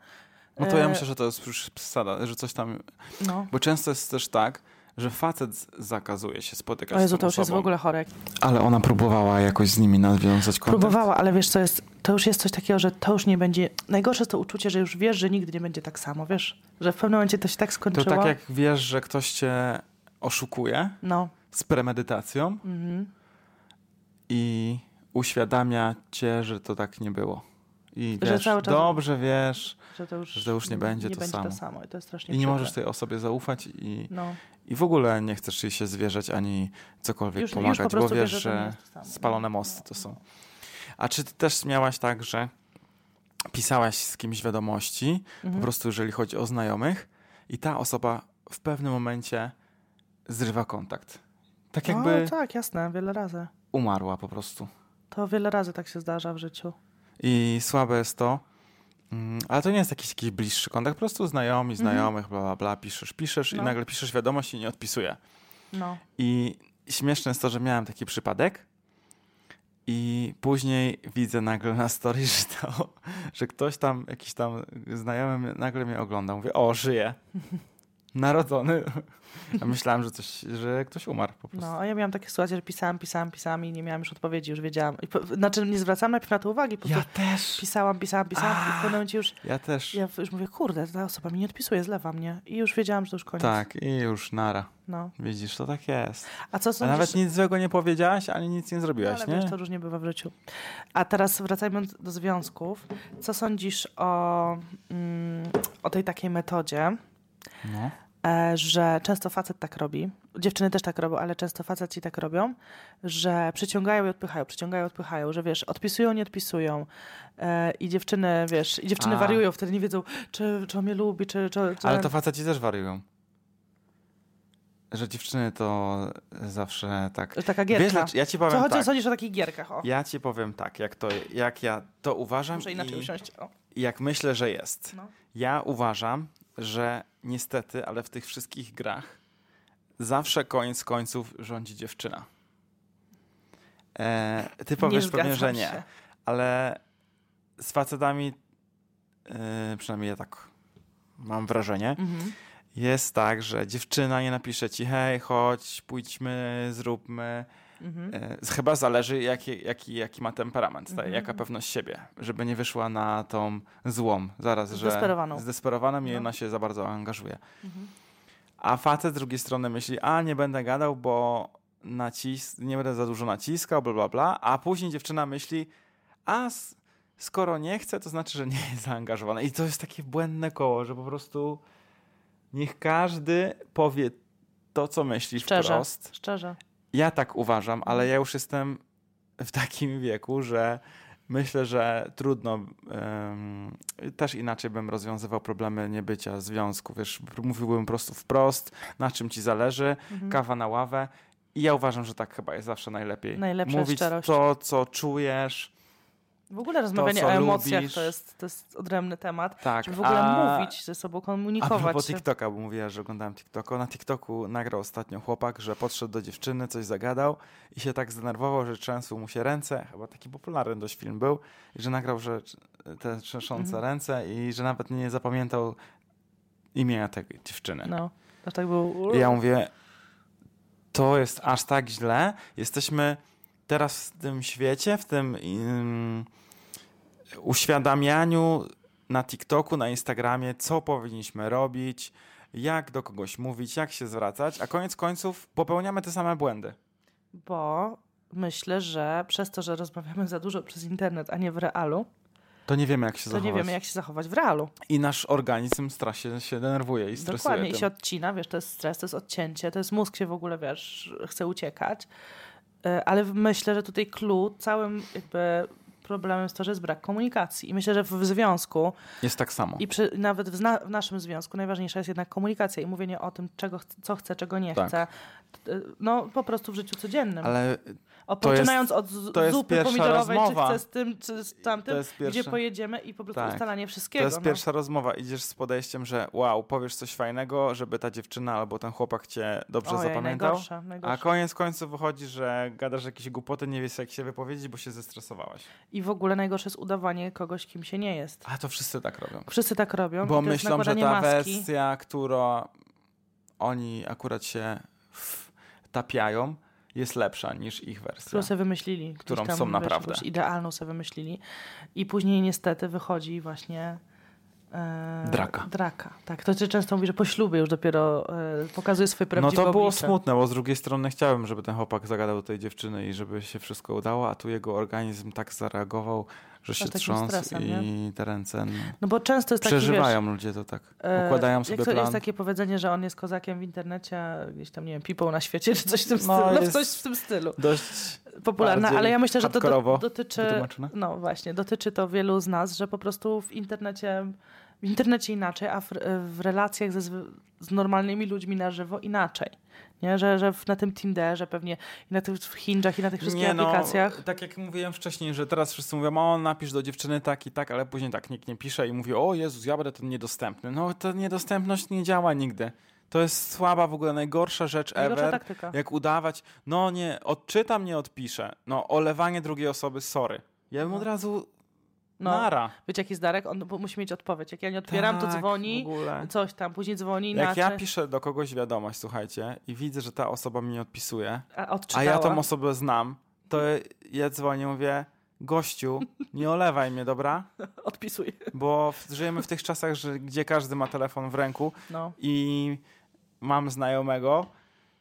Speaker 1: No to ja
Speaker 2: e,
Speaker 1: myślę, że to jest już przesada, że coś tam...
Speaker 2: No.
Speaker 1: Bo często jest też tak, że facet z- zakazuje się spotykać
Speaker 2: O Jezu,
Speaker 1: z
Speaker 2: to
Speaker 1: tą
Speaker 2: już jest w
Speaker 1: osobą.
Speaker 2: ogóle chore.
Speaker 1: Ale ona próbowała jakoś z nimi nawiązać kontakt.
Speaker 2: Próbowała, ale wiesz co jest, to już jest coś takiego, że to już nie będzie, najgorsze jest to uczucie, że już wiesz, że nigdy nie będzie tak samo, wiesz, że w pewnym momencie to się tak
Speaker 1: To
Speaker 2: skończyło.
Speaker 1: tak jak wiesz, że ktoś cię oszukuje
Speaker 2: No,
Speaker 1: z premedytacją
Speaker 2: mhm.
Speaker 1: i uświadamia cię, że to tak nie było. I
Speaker 2: Że
Speaker 1: wiesz,
Speaker 2: cały czas-
Speaker 1: dobrze wiesz
Speaker 2: że to już,
Speaker 1: Że to już nie będzie
Speaker 2: nie
Speaker 1: to
Speaker 2: będzie
Speaker 1: samo.
Speaker 2: to samo i to jest strasznie
Speaker 1: i nie
Speaker 2: przykre.
Speaker 1: możesz tej osobie zaufać i,
Speaker 2: No,
Speaker 1: i w ogóle nie chcesz jej się zwierzać ani cokolwiek
Speaker 2: już, już
Speaker 1: pomagać,
Speaker 2: po
Speaker 1: bo
Speaker 2: prostu
Speaker 1: wiesz,
Speaker 2: wiesz, to nie
Speaker 1: że
Speaker 2: jest to samo. no.
Speaker 1: spalone mosty to są. A czy ty też miałaś tak, że pisałaś z kimś wiadomości, po
Speaker 2: Mhm.
Speaker 1: prostu jeżeli chodzi o znajomych i ta osoba w pewnym momencie zrywa kontakt. Tak jakby
Speaker 2: O, tak, jasne, wiele razy.
Speaker 1: umarła po prostu.
Speaker 2: To wiele razy tak się zdarza w życiu.
Speaker 1: I słabe jest to. mm, Ale to nie jest jakiś, jakiś bliższy kontakt, po prostu znajomi, znajomych, bla, bla, bla, piszesz, piszesz i
Speaker 2: Mhm. No.
Speaker 1: nagle piszesz wiadomość i nie odpisuje.
Speaker 2: No.
Speaker 1: I śmieszne jest to, że miałem taki przypadek i później widzę nagle na story, że, to, że ktoś tam, jakiś tam znajomy mnie- nagle mnie ogląda. Mówię, o, żyje. Narodzony. A myślałem, że, coś, że ktoś umarł po prostu.
Speaker 2: No, a ja miałam takie sytuacje, że pisałam, pisałam, pisałam i nie miałam już odpowiedzi, już wiedziałam. I po, znaczy, nie zwracałam najpierw na to uwagi, po
Speaker 1: ja
Speaker 2: prostu
Speaker 1: też.
Speaker 2: pisałam, pisałam, pisałam i w pewnym momencie już,
Speaker 1: Ja też.
Speaker 2: ja już mówię, kurde, ta osoba mi nie odpisuje, zlewa mnie. I już wiedziałam, że to już koniec.
Speaker 1: Tak, i już nara.
Speaker 2: No.
Speaker 1: Widzisz, to tak jest.
Speaker 2: A co są
Speaker 1: A nawet nic złego nie powiedziałaś, ani nic nie zrobiłaś,
Speaker 2: Ale
Speaker 1: nie?
Speaker 2: wiesz, to różnie bywa w życiu. A teraz wracajmy do związków. Co sądzisz o, mm, o tej takiej metodzie,
Speaker 1: No.
Speaker 2: e, że często facet tak robi, dziewczyny też tak robią, ale często faceci tak robią, że przyciągają i odpychają, przyciągają i odpychają, że wiesz, odpisują, nie odpisują e, i dziewczyny, wiesz, i dziewczyny
Speaker 1: A.
Speaker 2: wariują, wtedy nie wiedzą, czy, czy on mnie lubi, czy... czy, czy
Speaker 1: Ale to faceci też wariują. Że dziewczyny to zawsze tak...
Speaker 2: że taka
Speaker 1: Wiesz,
Speaker 2: gierka.
Speaker 1: dlaczego- ja ci
Speaker 2: Co
Speaker 1: powiem
Speaker 2: chodzi,
Speaker 1: tak.
Speaker 2: sądzisz o takich gierkach? O,
Speaker 1: Ja ci powiem tak, jak, to, jak ja to uważam
Speaker 2: muszę inaczej usiąść. O,
Speaker 1: i jak myślę, że jest.
Speaker 2: no.
Speaker 1: Ja uważam, że niestety, ale w tych wszystkich grach zawsze koniec końców rządzi dziewczyna. E, ty powiesz pewnie, że
Speaker 2: zgadzam
Speaker 1: nie.
Speaker 2: się.
Speaker 1: ale z facetami, yy, przynajmniej ja tak mam wrażenie,
Speaker 2: Mhm.
Speaker 1: jest tak, że dziewczyna nie napisze ci hej, chodź, pójdźmy, zróbmy,
Speaker 2: mhm,
Speaker 1: E, z- Chyba zależy, jaki, jaki, jaki ma temperament, ta, jaka pewność siebie, żeby nie wyszła na tą złą, zaraz, że
Speaker 2: Zdesperowaną. No.
Speaker 1: zdesperowaną i ona się za bardzo angażuje.
Speaker 2: mhm.
Speaker 1: A facet z drugiej strony myśli, a nie będę gadał, bo nacis- nie będę za dużo naciskał, bla, bla, bla. A później dziewczyna myśli, a s- skoro nie chce, to znaczy, że nie jest zaangażowana. I to jest takie błędne koło, że po prostu niech każdy powie to, co myśli
Speaker 2: Szczerze,
Speaker 1: wprost.
Speaker 2: szczerze.
Speaker 1: Ja tak uważam, ale ja już jestem w takim wieku, że myślę, że trudno. em, też inaczej bym rozwiązywał problemy niebycia związku. Wiesz, mówiłbym po prostu wprost, na czym ci zależy,
Speaker 2: Mhm.
Speaker 1: kawa na ławę. I ja uważam, że tak chyba jest zawsze najlepiej.
Speaker 2: Najlepsza
Speaker 1: Mówić
Speaker 2: szczerość.
Speaker 1: to, co czujesz.
Speaker 2: W ogóle rozmawianie
Speaker 1: co
Speaker 2: o emocjach
Speaker 1: lubisz.
Speaker 2: to, jest, to jest odrębny temat.
Speaker 1: Tak.
Speaker 2: Żeby w ogóle
Speaker 1: a-
Speaker 2: mówić ze sobą,
Speaker 1: A
Speaker 2: komunikować
Speaker 1: propos
Speaker 2: się.
Speaker 1: TikToka, bo mówiła, że oglądałem TikToka. Na TikToku nagrał ostatnio chłopak, że podszedł do dziewczyny, coś zagadał i się tak zdenerwował, że trzęsły mu się ręce. Chyba taki popularny dość film był. I że nagrał że te trzęsące
Speaker 2: Mhm.
Speaker 1: ręce i że nawet nie zapamiętał imienia tej dziewczyny.
Speaker 2: No, to tak był...
Speaker 1: I ja mówię, to jest aż tak źle. Jesteśmy teraz w tym świecie, w tym mm, uświadamianiu na TikToku, na Instagramie, co powinniśmy robić, jak do kogoś mówić, jak się zwracać, a koniec końców popełniamy te same błędy.
Speaker 2: Bo myślę, że przez to, że rozmawiamy za dużo przez internet, a nie w realu,
Speaker 1: To nie wiemy, jak się
Speaker 2: to
Speaker 1: zachować.
Speaker 2: nie wiemy, jak się zachować w realu.
Speaker 1: I nasz organizm strasznie się denerwuje i stresuje.
Speaker 2: Dokładnie. I
Speaker 1: tym.
Speaker 2: się odcina, wiesz, to jest stres, to jest odcięcie, to jest mózg się w ogóle, wiesz, chce uciekać. E, Ale w- myślę, że tutaj clue całym jakby problemem jest to, że jest brak komunikacji. I myślę, że w w związku
Speaker 1: Jest tak samo.
Speaker 2: i przy, nawet w, zna, w naszym związku najważniejsza jest jednak komunikacja i mówienie o tym, czego, ch- co chcę, czego nie
Speaker 1: Tak.
Speaker 2: chcę. T- e, No po prostu w życiu codziennym.
Speaker 1: Ale
Speaker 2: O,
Speaker 1: To jest-
Speaker 2: poczynając od z-
Speaker 1: to jest
Speaker 2: zupy
Speaker 1: pierwsza
Speaker 2: pomidorowej,
Speaker 1: rozmowa.
Speaker 2: czy chcę z tym, czy z tamtym,
Speaker 1: To jest pierwsza-
Speaker 2: gdzie pojedziemy i po prostu
Speaker 1: Tak.
Speaker 2: ustalanie wszystkiego. no.
Speaker 1: To jest pierwsza rozmowa. Idziesz z podejściem, że wow, powiesz coś fajnego, żeby ta dziewczyna albo ten chłopak cię dobrze
Speaker 2: Ojej,
Speaker 1: zapamiętał.
Speaker 2: najgorsze, najgorsze.
Speaker 1: A koniec końców wychodzi, że gadasz jakieś głupoty, nie wiesz jak się wypowiedzieć, bo się zestresowałaś.
Speaker 2: no. I w ogóle najgorsze jest udawanie kogoś, kim się nie jest.
Speaker 1: A to wszyscy tak robią.
Speaker 2: Wszyscy tak robią. i
Speaker 1: Bo
Speaker 2: to jest
Speaker 1: myślą, że
Speaker 2: nakładanie
Speaker 1: ta
Speaker 2: maski.
Speaker 1: wersja, którą oni akurat się tapiają, jest lepsza niż ich wersja.
Speaker 2: Którą sobie wymyślili. gdzieś
Speaker 1: Którą
Speaker 2: tam,
Speaker 1: są
Speaker 2: wiesz,
Speaker 1: naprawdę.
Speaker 2: jakąś idealną sobie wymyślili. I później niestety wychodzi właśnie... e,
Speaker 1: Draka.
Speaker 2: Draka, tak. To się często mówi, że po ślubie już dopiero e, pokazuje swoje
Speaker 1: No
Speaker 2: prawdziwe
Speaker 1: to było
Speaker 2: oblicze.
Speaker 1: smutne, bo z drugiej strony chciałem, żeby ten chłopak zagadał do tej dziewczyny i żeby się wszystko udało, a tu jego organizm tak zareagował, że się
Speaker 2: No, takim
Speaker 1: trząsł
Speaker 2: stresem,
Speaker 1: i te ręce no,
Speaker 2: No bo często jest taki, wiesz,
Speaker 1: przeżywają ludzie to tak.
Speaker 2: E,
Speaker 1: Układają
Speaker 2: jak
Speaker 1: sobie
Speaker 2: to,
Speaker 1: plan.
Speaker 2: Jest takie powiedzenie, że on jest kozakiem w internecie, gdzieś tam, nie wiem, pipą na świecie, czy coś w tym
Speaker 1: No,
Speaker 2: stylu. No,
Speaker 1: jest
Speaker 2: coś w tym stylu.
Speaker 1: Dość
Speaker 2: Popularne,
Speaker 1: bardziej
Speaker 2: ale ja myślę, że to do,
Speaker 1: hardkorowo
Speaker 2: dotyczy...
Speaker 1: wytłumaczone.
Speaker 2: No właśnie, dotyczy to wielu z nas, że po prostu w internecie, w internecie inaczej, a w, w relacjach ze, zwy- z normalnymi ludźmi na żywo inaczej. Nie? Że, że w, na tym Tinderze pewnie, i na tych Hinge'ach, i na tych wszystkich
Speaker 1: Nie, no,
Speaker 2: aplikacjach.
Speaker 1: tak jak mówiłem wcześniej, że teraz wszyscy mówią, o napisz do dziewczyny tak i tak, ale później tak nikt nie pisze i mówi, o Jezus, ja będę ten niedostępny. No ta niedostępność nie działa nigdy. To jest słaba, w ogóle najgorsza rzecz
Speaker 2: Najgorsza
Speaker 1: ever.
Speaker 2: taktyka.
Speaker 1: Jak udawać, no nie, odczytam, nie odpiszę. No, olewanie drugiej osoby, sorry. Ja bym od razu
Speaker 2: No.
Speaker 1: nara.
Speaker 2: Wiecie, jaki jest Darek? On bo musi mieć odpowiedź. Jak ja nie odbieram,
Speaker 1: Tak,
Speaker 2: to dzwoni,
Speaker 1: w ogóle.
Speaker 2: coś tam, później dzwoni
Speaker 1: Jak
Speaker 2: inaczej.
Speaker 1: ja piszę do kogoś wiadomość, słuchajcie, i widzę, że ta osoba mi nie odpisuje,
Speaker 2: A,
Speaker 1: a
Speaker 2: odczytała.
Speaker 1: ja tą osobę znam, to ja dzwonię i mówię, gościu, nie olewaj mnie, dobra?
Speaker 2: Odpisuję.
Speaker 1: Bo w- żyjemy w tych czasach, że, gdzie każdy ma telefon w ręku
Speaker 2: No.
Speaker 1: i mam znajomego,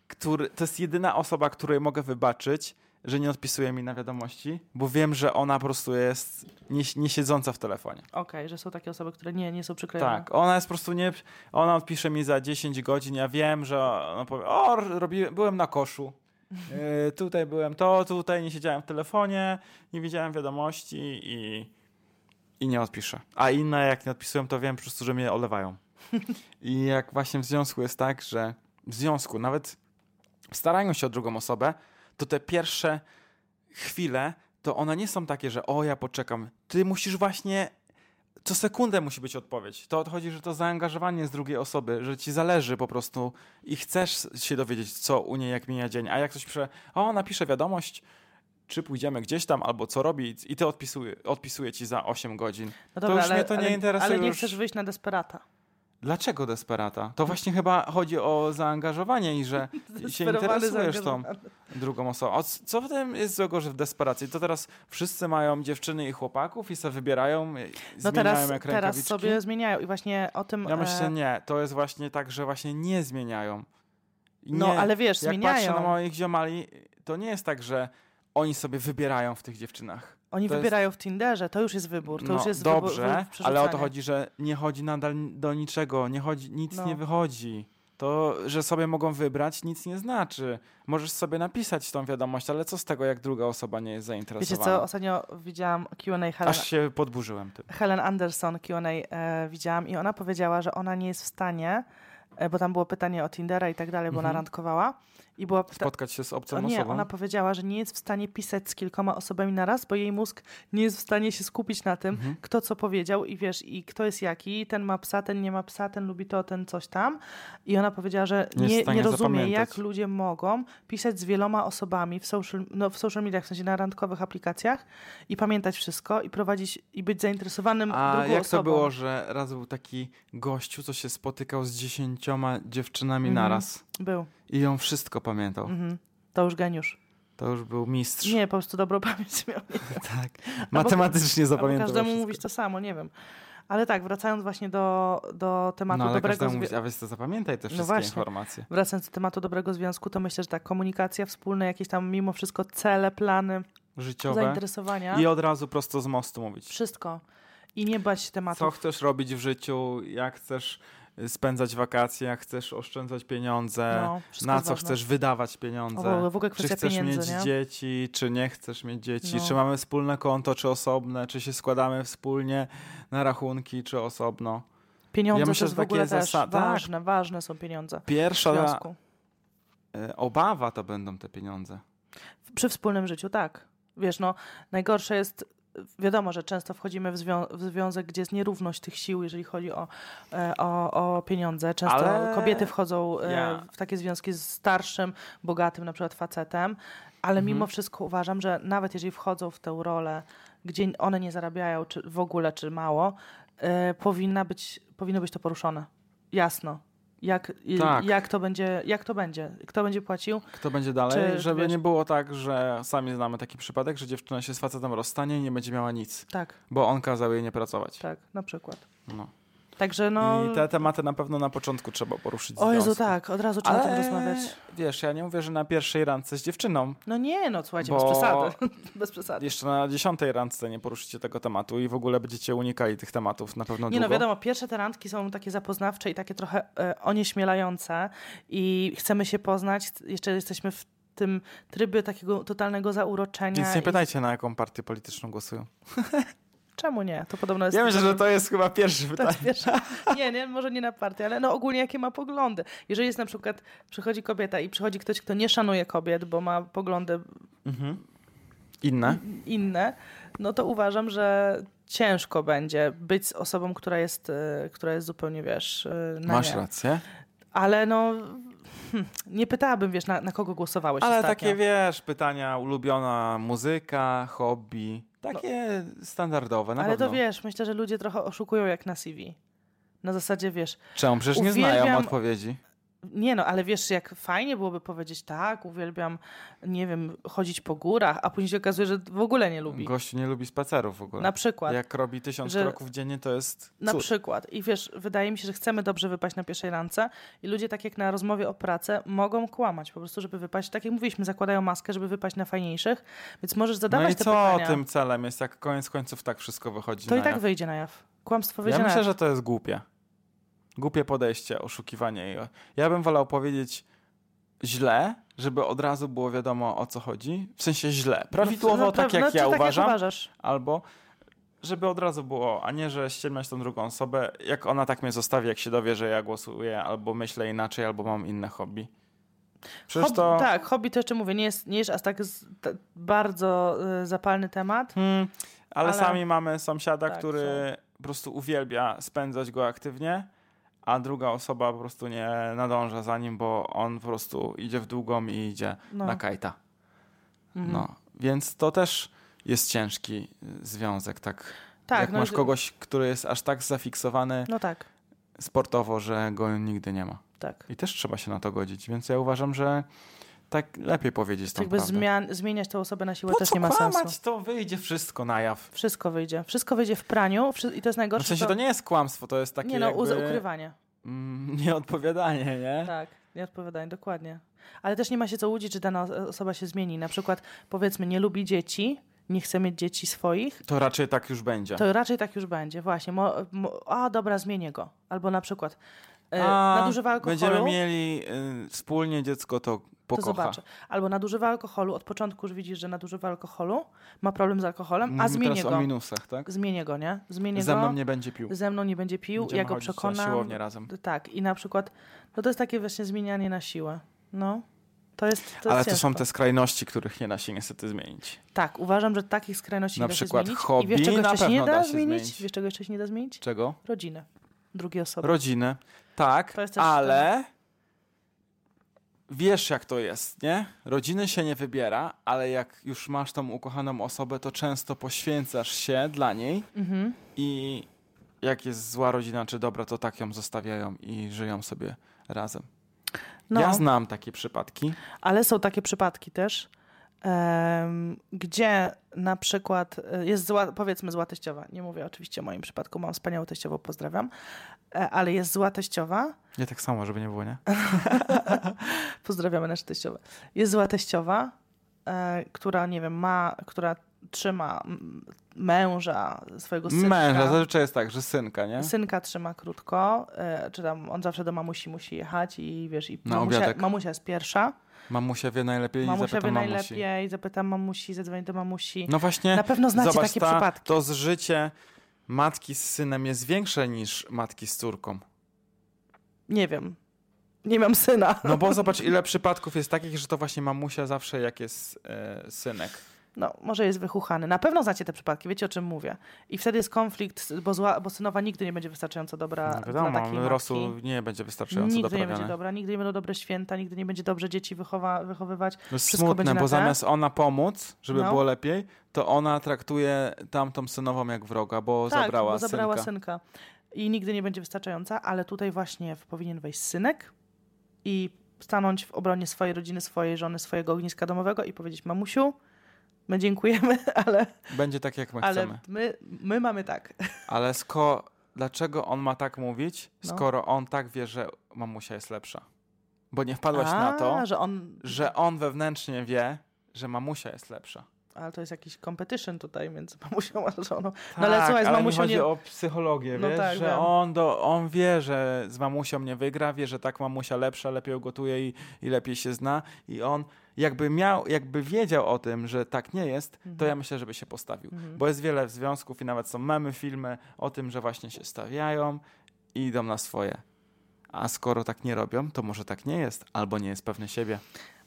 Speaker 1: który, to jest jedyna osoba, której mogę wybaczyć, że nie odpisuje mi na wiadomości, bo wiem, że ona po prostu jest nie, nie siedząca w telefonie.
Speaker 2: Okej, że są takie osoby, które nie, nie są przyklejone.
Speaker 1: Tak, ona jest po prostu nie. Ona odpisze mi za 10 godzin. Ja wiem, że ona powie: O, robiłem, byłem na koszu. Yy, tutaj byłem to, tutaj nie siedziałem w telefonie, nie widziałem wiadomości i, i nie odpiszę. A inne, jak nie odpisują, to wiem po prostu, że mnie olewają. I jak właśnie w związku jest tak, że w związku nawet starają się o drugą osobę, to te pierwsze chwile to one nie są takie, że o, ja poczekam. Ty musisz właśnie co sekundę musi być odpowiedź. To odchodzi, że to zaangażowanie z drugiej osoby, że ci zależy po prostu i chcesz się dowiedzieć, co u niej, jak mija dzień. A jak ktoś pisze, o, napisze wiadomość, czy pójdziemy gdzieś tam, albo co robić, i ty odpisuje, odpisuje ci za 8 godzin.
Speaker 2: No
Speaker 1: to już
Speaker 2: ale,
Speaker 1: mnie to nie
Speaker 2: ale,
Speaker 1: interesuje.
Speaker 2: Ale nie
Speaker 1: już...
Speaker 2: chcesz wyjść na desperata.
Speaker 1: Dlaczego desperata? To właśnie chyba chodzi o zaangażowanie i że się
Speaker 2: Zdesperowany,
Speaker 1: interesujesz tą
Speaker 2: zaangażowany.
Speaker 1: drugą osobą. A c- co w tym jest złego, że w desperacji? To teraz wszyscy mają dziewczyny i chłopaków i sobie wybierają, no
Speaker 2: No
Speaker 1: zmieniają
Speaker 2: teraz,
Speaker 1: jak
Speaker 2: teraz
Speaker 1: rękawiczki?
Speaker 2: sobie zmieniają i właśnie o tym...
Speaker 1: Ja
Speaker 2: e,
Speaker 1: myślę, nie. To jest właśnie tak, że właśnie nie zmieniają. I
Speaker 2: No, ale wiesz,
Speaker 1: jak
Speaker 2: zmieniają.
Speaker 1: patrzę na moich ziomali, to nie jest tak, że oni sobie wybierają w tych dziewczynach.
Speaker 2: Oni
Speaker 1: to jest-
Speaker 2: wybierają w Tinderze, to już jest wybór. To
Speaker 1: no,
Speaker 2: już jest wybór-
Speaker 1: dobrze,
Speaker 2: wybór,
Speaker 1: ale o to
Speaker 2: przerzucanie.
Speaker 1: chodzi, że nie chodzi nadal do niczego, nie chodzi, nic
Speaker 2: No.
Speaker 1: nie wychodzi. To, że sobie mogą wybrać, nic nie znaczy. Możesz sobie napisać tą wiadomość, ale co z tego, jak druga osoba nie jest
Speaker 2: Wiecie
Speaker 1: zainteresowana?
Speaker 2: co, ostatnio widziałam Q&A Helen,
Speaker 1: Aż się podburzyłem tym.
Speaker 2: Helen Anderson Q&A e, widziałam i ona powiedziała, że ona nie jest w stanie, e, bo tam było pytanie o Tindera i tak dalej, bo ona
Speaker 1: Mhm.
Speaker 2: randkowała i była pyta-
Speaker 1: Spotkać się z obcą
Speaker 2: O nie,
Speaker 1: osobą?
Speaker 2: ona powiedziała, że nie jest w stanie pisać z kilkoma osobami na raz, bo jej mózg nie jest w stanie się skupić na tym,
Speaker 1: Mhm.
Speaker 2: kto co powiedział i wiesz, i kto jest jaki, ten ma psa, ten nie ma psa, ten lubi to, ten coś tam. I ona powiedziała, że
Speaker 1: Nie jest
Speaker 2: nie,
Speaker 1: w
Speaker 2: nie,
Speaker 1: stanie
Speaker 2: rozumie,
Speaker 1: zapamiętać.
Speaker 2: jak ludzie mogą pisać z wieloma osobami w social, no, w social mediach, w sensie na randkowych aplikacjach i pamiętać wszystko i prowadzić, i być zainteresowanym
Speaker 1: A
Speaker 2: drugą
Speaker 1: jak
Speaker 2: osobą.
Speaker 1: to było, że raz był taki gościu, co się spotykał z dziesięcioma dziewczynami
Speaker 2: Mhm.
Speaker 1: naraz
Speaker 2: Był.
Speaker 1: i on wszystko pamiętał.
Speaker 2: Mhm. To już geniusz.
Speaker 1: To już był mistrz.
Speaker 2: Nie, po prostu dobrą pamięć miał.
Speaker 1: Tak. Matematycznie
Speaker 2: Albo
Speaker 1: zapamiętał
Speaker 2: każdemu
Speaker 1: wszystko.
Speaker 2: mówić to samo, nie wiem. Ale tak, wracając właśnie do, do tematu
Speaker 1: no, ale
Speaker 2: dobrego
Speaker 1: każdemu mówić,
Speaker 2: związku.
Speaker 1: a więc to zapamiętaj te
Speaker 2: No
Speaker 1: wszystkie
Speaker 2: właśnie.
Speaker 1: informacje.
Speaker 2: Wracając do tematu dobrego związku, to myślę, że tak, komunikacja wspólna, jakieś tam mimo wszystko cele, plany,
Speaker 1: Życiowe.
Speaker 2: zainteresowania,
Speaker 1: I od razu prosto z mostu mówić.
Speaker 2: wszystko. I nie bać się tematu.
Speaker 1: Co chcesz robić w życiu, jak chcesz y, spędzać wakacje, jak chcesz oszczędzać pieniądze,
Speaker 2: No, wszystko
Speaker 1: na
Speaker 2: jest
Speaker 1: co
Speaker 2: ważne.
Speaker 1: chcesz wydawać
Speaker 2: O,
Speaker 1: pieniądze.
Speaker 2: w ogóle- w ogóle
Speaker 1: Czy
Speaker 2: kwestia
Speaker 1: chcesz
Speaker 2: pieniędzy,
Speaker 1: mieć
Speaker 2: nie?
Speaker 1: dzieci, czy nie chcesz mieć dzieci,
Speaker 2: No.
Speaker 1: czy mamy wspólne konto, czy osobne, czy się składamy wspólnie na rachunki, czy osobno.
Speaker 2: Pieniądze
Speaker 1: Ja myślę,
Speaker 2: też
Speaker 1: że
Speaker 2: w ogóle
Speaker 1: takie
Speaker 2: też
Speaker 1: zasady- tak.
Speaker 2: ważne, ważne są pieniądze w
Speaker 1: Pierwsza
Speaker 2: związku.
Speaker 1: e, obawa to będą te pieniądze.
Speaker 2: Przy wspólnym życiu, tak. Wiesz, no, najgorsze jest, wiadomo, że często wchodzimy w, zwią- w związek, gdzie jest nierówność tych sił, jeżeli chodzi o, e, o, o pieniądze. Często
Speaker 1: Ale
Speaker 2: kobiety wchodzą e,
Speaker 1: ja-
Speaker 2: w takie związki z starszym, bogatym na przykład facetem, ale
Speaker 1: Mhm.
Speaker 2: mimo wszystko uważam, że nawet jeżeli wchodzą w tę rolę, gdzie one nie zarabiają czy w ogóle, czy mało, e, powinna być, powinno być to poruszone. Jasno. Jak, i-
Speaker 1: Tak.
Speaker 2: jak, to będzie, jak to będzie? Kto będzie płacił?
Speaker 1: Kto będzie dalej?
Speaker 2: Czy-
Speaker 1: Żeby
Speaker 2: wiesz-
Speaker 1: nie było tak, że sami znamy taki przypadek, że dziewczyna się z facetem rozstanie i nie będzie miała nic,
Speaker 2: Tak,
Speaker 1: bo on kazał jej nie pracować.
Speaker 2: tak, na przykład.
Speaker 1: No.
Speaker 2: Także no.
Speaker 1: I te tematy na pewno na początku trzeba poruszyć.
Speaker 2: O
Speaker 1: w
Speaker 2: Jezu,
Speaker 1: związku.
Speaker 2: tak, od razu trzeba o tym
Speaker 1: Ale
Speaker 2: rozmawiać.
Speaker 1: wiesz, ja nie mówię, że na pierwszej randce z dziewczyną,
Speaker 2: No nie, no słuchajcie,
Speaker 1: Bo-
Speaker 2: bez przesady. bez przesady.
Speaker 1: Jeszcze na dziesiątej randce nie poruszycie tego tematu i w ogóle będziecie unikali tych tematów na pewno
Speaker 2: Nie
Speaker 1: długo.
Speaker 2: no, wiadomo, pierwsze te randki są takie zapoznawcze i takie trochę e, onieśmielające i chcemy się poznać, jeszcze jesteśmy w tym trybie takiego totalnego zauroczenia.
Speaker 1: Więc nie
Speaker 2: i-
Speaker 1: pytajcie, na jaką partię polityczną głosują.
Speaker 2: Czemu nie? To podobno jest...
Speaker 1: Ja myślę, że to jest chyba pierwszy
Speaker 2: znaczy- To
Speaker 1: pytanie.
Speaker 2: jest pierwsze. Nie, nie, może nie na partię, ale no ogólnie jakie ma poglądy. Jeżeli jest na przykład, przychodzi kobieta i przychodzi ktoś, kto nie szanuje kobiet, bo ma poglądy Mhm.
Speaker 1: Inne?
Speaker 2: inne, no to uważam, że ciężko będzie być z osobą, która jest, y, która jest zupełnie, wiesz, y, na
Speaker 1: Masz
Speaker 2: nie.
Speaker 1: rację.
Speaker 2: Ale no, hmm, nie pytałabym, wiesz, na, na kogo głosowałeś
Speaker 1: Ale
Speaker 2: ostatnio.
Speaker 1: takie, wiesz, pytania, ulubiona muzyka, hobby, takie standardowe na
Speaker 2: Ale
Speaker 1: pewno.
Speaker 2: to wiesz, myślę, że ludzie trochę oszukują jak na CV. Na zasadzie, wiesz,
Speaker 1: Czemu? Przecież nie
Speaker 2: Uwielbiam-
Speaker 1: znają odpowiedzi.
Speaker 2: nie no, ale wiesz, jak fajnie byłoby powiedzieć tak, uwielbiam, nie wiem, chodzić po górach, a później się okazuje, że w ogóle nie lubi.
Speaker 1: Gościu nie lubi spacerów w ogóle.
Speaker 2: Na przykład.
Speaker 1: Jak robi tysiąc
Speaker 2: Że-
Speaker 1: kroków dziennie, to jest
Speaker 2: Na
Speaker 1: cud.
Speaker 2: przykład. I wiesz, wydaje mi się, że chcemy dobrze wypaść na pierwszej randce i ludzie tak jak na rozmowie o pracę mogą kłamać po prostu, żeby wypaść. Tak jak mówiliśmy, zakładają maskę, żeby wypaść na fajniejszych, więc możesz zadawać
Speaker 1: No i
Speaker 2: te
Speaker 1: co
Speaker 2: pytania.
Speaker 1: tym celem jest, jak koniec końców tak wszystko wychodzi
Speaker 2: to
Speaker 1: na
Speaker 2: i tak
Speaker 1: jaw?
Speaker 2: wyjdzie na jaw. Kłamstwo
Speaker 1: Ja
Speaker 2: wyjdzie na
Speaker 1: myślę,
Speaker 2: jaw.
Speaker 1: że to jest głupie. Głupie podejście, oszukiwanie. i- Ja bym wolał powiedzieć źle, żeby od razu było wiadomo o co chodzi. W sensie źle. Prawidłowo
Speaker 2: no,
Speaker 1: tak
Speaker 2: pra-
Speaker 1: jak
Speaker 2: no, czy
Speaker 1: ja
Speaker 2: tak
Speaker 1: uważam,
Speaker 2: Jak uważasz.
Speaker 1: albo żeby od razu było, a nie, że ściemniać tą drugą osobę, jak ona tak mnie zostawi, jak się dowie, że ja głosuję, albo myślę inaczej, albo mam inne hobby. Przecież
Speaker 2: Hobby,
Speaker 1: to...
Speaker 2: Tak, hobby to jeszcze mówię, nie jest, nie jest aż tak z, ta, bardzo y, zapalny temat.
Speaker 1: Hmm, ale,
Speaker 2: Ale-
Speaker 1: sami mamy sąsiada,
Speaker 2: Tak,
Speaker 1: który po prostu uwielbia spędzać go aktywnie, a druga osoba po prostu nie nadąża za nim, bo on po prostu idzie w długą i idzie
Speaker 2: No.
Speaker 1: na kajta.
Speaker 2: Mhm.
Speaker 1: No, więc to też jest ciężki y, związek, tak?
Speaker 2: Tak,
Speaker 1: Jak
Speaker 2: no,
Speaker 1: masz kogoś, który jest aż tak zafiksowany
Speaker 2: No tak.
Speaker 1: sportowo, że go nigdy nie ma.
Speaker 2: tak.
Speaker 1: I też trzeba się na to godzić, więc ja uważam, że tak lepiej powiedzieć tą
Speaker 2: Jakby
Speaker 1: prawdę.
Speaker 2: zmian, zmieniać tę osobę na siłę
Speaker 1: Po
Speaker 2: też
Speaker 1: co
Speaker 2: nie ma
Speaker 1: kłamać?
Speaker 2: sensu.
Speaker 1: To wyjdzie wszystko na jaw.
Speaker 2: Wszystko wyjdzie. Wszystko wyjdzie w praniu wszy- i to jest
Speaker 1: No w
Speaker 2: najgorsze.
Speaker 1: sensie to nie jest kłamstwo, to jest takie
Speaker 2: nie no,
Speaker 1: jakby...
Speaker 2: uz- ukrywanie.
Speaker 1: Mm, Nieodpowiadanie, nie?
Speaker 2: Tak, nieodpowiadanie, dokładnie. Ale też nie ma się co łudzić, że dana o- osoba się zmieni. Na przykład powiedzmy nie lubi dzieci, nie chce mieć dzieci swoich,
Speaker 1: To raczej tak już będzie.
Speaker 2: to raczej tak już będzie. Właśnie, mo, mo, a dobra, zmienię go. Albo na przykład e,
Speaker 1: A,
Speaker 2: nadużywa alkoholu.
Speaker 1: Będziemy mieli y, wspólnie dziecko, to
Speaker 2: To
Speaker 1: pokocha.
Speaker 2: zobaczę. Albo nadużywa alkoholu, od początku już widzisz, że nadużywa alkoholu, ma problem z alkoholem, a
Speaker 1: Mówimy
Speaker 2: zmienię
Speaker 1: Mm, teraz
Speaker 2: go.
Speaker 1: o minusach, tak?
Speaker 2: Zmienię go, nie? Zmienię
Speaker 1: Ze
Speaker 2: go.
Speaker 1: mną nie będzie pił.
Speaker 2: ze mną nie będzie pił,
Speaker 1: Będziemy
Speaker 2: ja go
Speaker 1: chodzić na
Speaker 2: przekonam.
Speaker 1: siłownię razem.
Speaker 2: Tak, i na przykład, no to jest takie właśnie zmienianie na siłę. No, to jest. To
Speaker 1: Ale
Speaker 2: jest
Speaker 1: to są
Speaker 2: ciężko.
Speaker 1: te skrajności, których nie da się niestety zmienić.
Speaker 2: Tak, uważam, że takich skrajności
Speaker 1: Na
Speaker 2: nie da
Speaker 1: przykład
Speaker 2: się zmienić. I
Speaker 1: hobby
Speaker 2: wiesz, czego
Speaker 1: na
Speaker 2: jeszcze się nie
Speaker 1: pewno da się
Speaker 2: zmienić?
Speaker 1: zmienić.
Speaker 2: Wiesz, czego jeszcze się nie da zmienić?
Speaker 1: Czego?
Speaker 2: Rodzinę drugiej osoby.
Speaker 1: Rodzinę. Tak,
Speaker 2: To jest też-
Speaker 1: ale wiesz jak to jest, nie? Rodziny się nie wybiera, ale jak już masz tą ukochaną osobę, to często poświęcasz się dla niej
Speaker 2: mhm.
Speaker 1: i jak jest zła rodzina czy dobra, to tak ją zostawiają i żyją sobie razem.
Speaker 2: No,
Speaker 1: Ja znam takie przypadki.
Speaker 2: ale są takie przypadki też, em, gdzie na przykład e, jest zła, powiedzmy zła teściowa. Nie mówię oczywiście o moim przypadku, mam wspaniałą teściową, pozdrawiam. E, Ale jest zła teściowa,
Speaker 1: Nie tak samo, żeby nie było, nie?
Speaker 2: Pozdrawiamy nasze teściowe. Jest zła teściowa, e, która, nie wiem, ma, która trzyma mm, męża swojego synka.
Speaker 1: Męża, zazwyczaj jest tak, że synka, nie?
Speaker 2: Synka trzyma krótko, e, czy tam on zawsze do mamusi musi jechać i wiesz, i
Speaker 1: Na
Speaker 2: mamusia,
Speaker 1: obiadek.
Speaker 2: mamusia jest pierwsza.
Speaker 1: Mamusia wie najlepiej i
Speaker 2: Mamusia
Speaker 1: zapyta
Speaker 2: wie
Speaker 1: mamusi.
Speaker 2: najlepiej, zapytam mamusi, zadzwoni do mamusi.
Speaker 1: No właśnie.
Speaker 2: Na pewno znacie
Speaker 1: zobacz,
Speaker 2: takie
Speaker 1: ta,
Speaker 2: przypadki.
Speaker 1: To zżycie matki z synem jest większe niż matki z córką.
Speaker 2: Nie wiem. Nie mam syna.
Speaker 1: No bo zobacz, ile przypadków jest takich, że to właśnie mamusia zawsze jak jest e, synek.
Speaker 2: No, może jest wychuchany. Na pewno znacie te przypadki, wiecie o czym mówię. I wtedy jest konflikt, bo, zła, bo synowa nigdy nie będzie wystarczająco dobra
Speaker 1: No
Speaker 2: dla takiej
Speaker 1: wiadomo,
Speaker 2: matki.
Speaker 1: rosół nie będzie wystarczająco
Speaker 2: Nigdy nie
Speaker 1: doprawiony.
Speaker 2: będzie dobra, nigdy nie będą dobre święta, nigdy nie będzie dobrze dzieci wychowa, wychowywać.
Speaker 1: To jest
Speaker 2: Wszystko będzie
Speaker 1: No smutne,
Speaker 2: na
Speaker 1: bo
Speaker 2: te.
Speaker 1: zamiast ona pomóc, żeby
Speaker 2: No.
Speaker 1: było lepiej, to ona traktuje tamtą synową jak wroga, bo
Speaker 2: tak,
Speaker 1: zabrała,
Speaker 2: bo zabrała synka.
Speaker 1: synka.
Speaker 2: I nigdy nie będzie wystarczająca, ale tutaj właśnie w- powinien wejść synek i stanąć w obronie swojej rodziny, swojej żony, swojego ogniska domowego i powiedzieć mamusiu, my dziękujemy, ale,
Speaker 1: Będzie tak, jak my
Speaker 2: ale
Speaker 1: chcemy.
Speaker 2: my, my mamy tak.
Speaker 1: Ale sko- dlaczego on ma tak mówić,
Speaker 2: No.
Speaker 1: skoro on tak wie, że mamusia jest lepsza? Bo nie wpadłaś na to,
Speaker 2: że on...
Speaker 1: że on wewnętrznie wie, że mamusia jest lepsza.
Speaker 2: Ale to jest jakiś competition tutaj między mamusią a żoną.
Speaker 1: Tak,
Speaker 2: No ale słuchaj, z
Speaker 1: ale
Speaker 2: mamusią
Speaker 1: mi chodzi
Speaker 2: nie-
Speaker 1: o psychologię,
Speaker 2: No
Speaker 1: wiesz,
Speaker 2: tak, wiem.
Speaker 1: że on, do, on wie, że z mamusią nie wygra, wie, że tak mamusia lepsza, lepiej ugotuje i, i lepiej się zna i on jakby miał, jakby wiedział o tym, że tak nie jest, to
Speaker 2: Mhm.
Speaker 1: ja myślę, żeby się postawił, bo jest wiele związków i nawet są memy, filmy o tym, że właśnie się stawiają i idą na swoje. A skoro tak nie robią, to może tak nie jest, albo nie jest pewny siebie.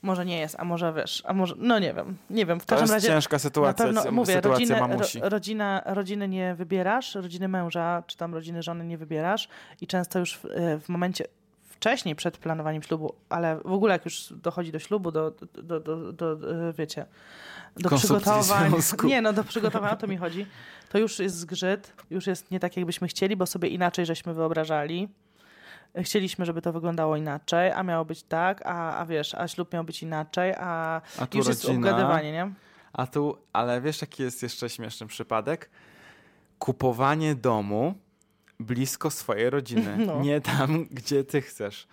Speaker 2: Może nie jest, a może wiesz, a może... No nie wiem, nie wiem. W
Speaker 1: To
Speaker 2: każdym
Speaker 1: jest
Speaker 2: razie...
Speaker 1: ciężka sytuacja,
Speaker 2: Na pewno,
Speaker 1: sy-
Speaker 2: mówię,
Speaker 1: sytuacja
Speaker 2: rodziny,
Speaker 1: mamusi.
Speaker 2: ro, rodzina, rodziny nie wybierasz, rodziny męża czy tam rodziny żony nie wybierasz i często już w, e, w momencie wcześniej przed planowaniem ślubu, ale w ogóle jak już dochodzi do ślubu, do, do, do, do, do e, wiecie, do
Speaker 1: Konsumpcji
Speaker 2: przygotowań,
Speaker 1: związku.
Speaker 2: nie no, do przygotowania, o to mi chodzi, to już jest zgrzyt, już jest nie tak jakbyśmy chcieli, bo sobie inaczej żeśmy wyobrażali, chcieliśmy, żeby to wyglądało inaczej, a miało być tak, a, a wiesz, a ślub miał być inaczej, a,
Speaker 1: A tu
Speaker 2: już jest
Speaker 1: rodzina.
Speaker 2: obgadywanie, nie?
Speaker 1: A tu, ale wiesz, jaki jest jeszcze śmieszny przypadek? Kupowanie domu blisko swojej rodziny,
Speaker 2: No.
Speaker 1: nie tam, gdzie ty chcesz.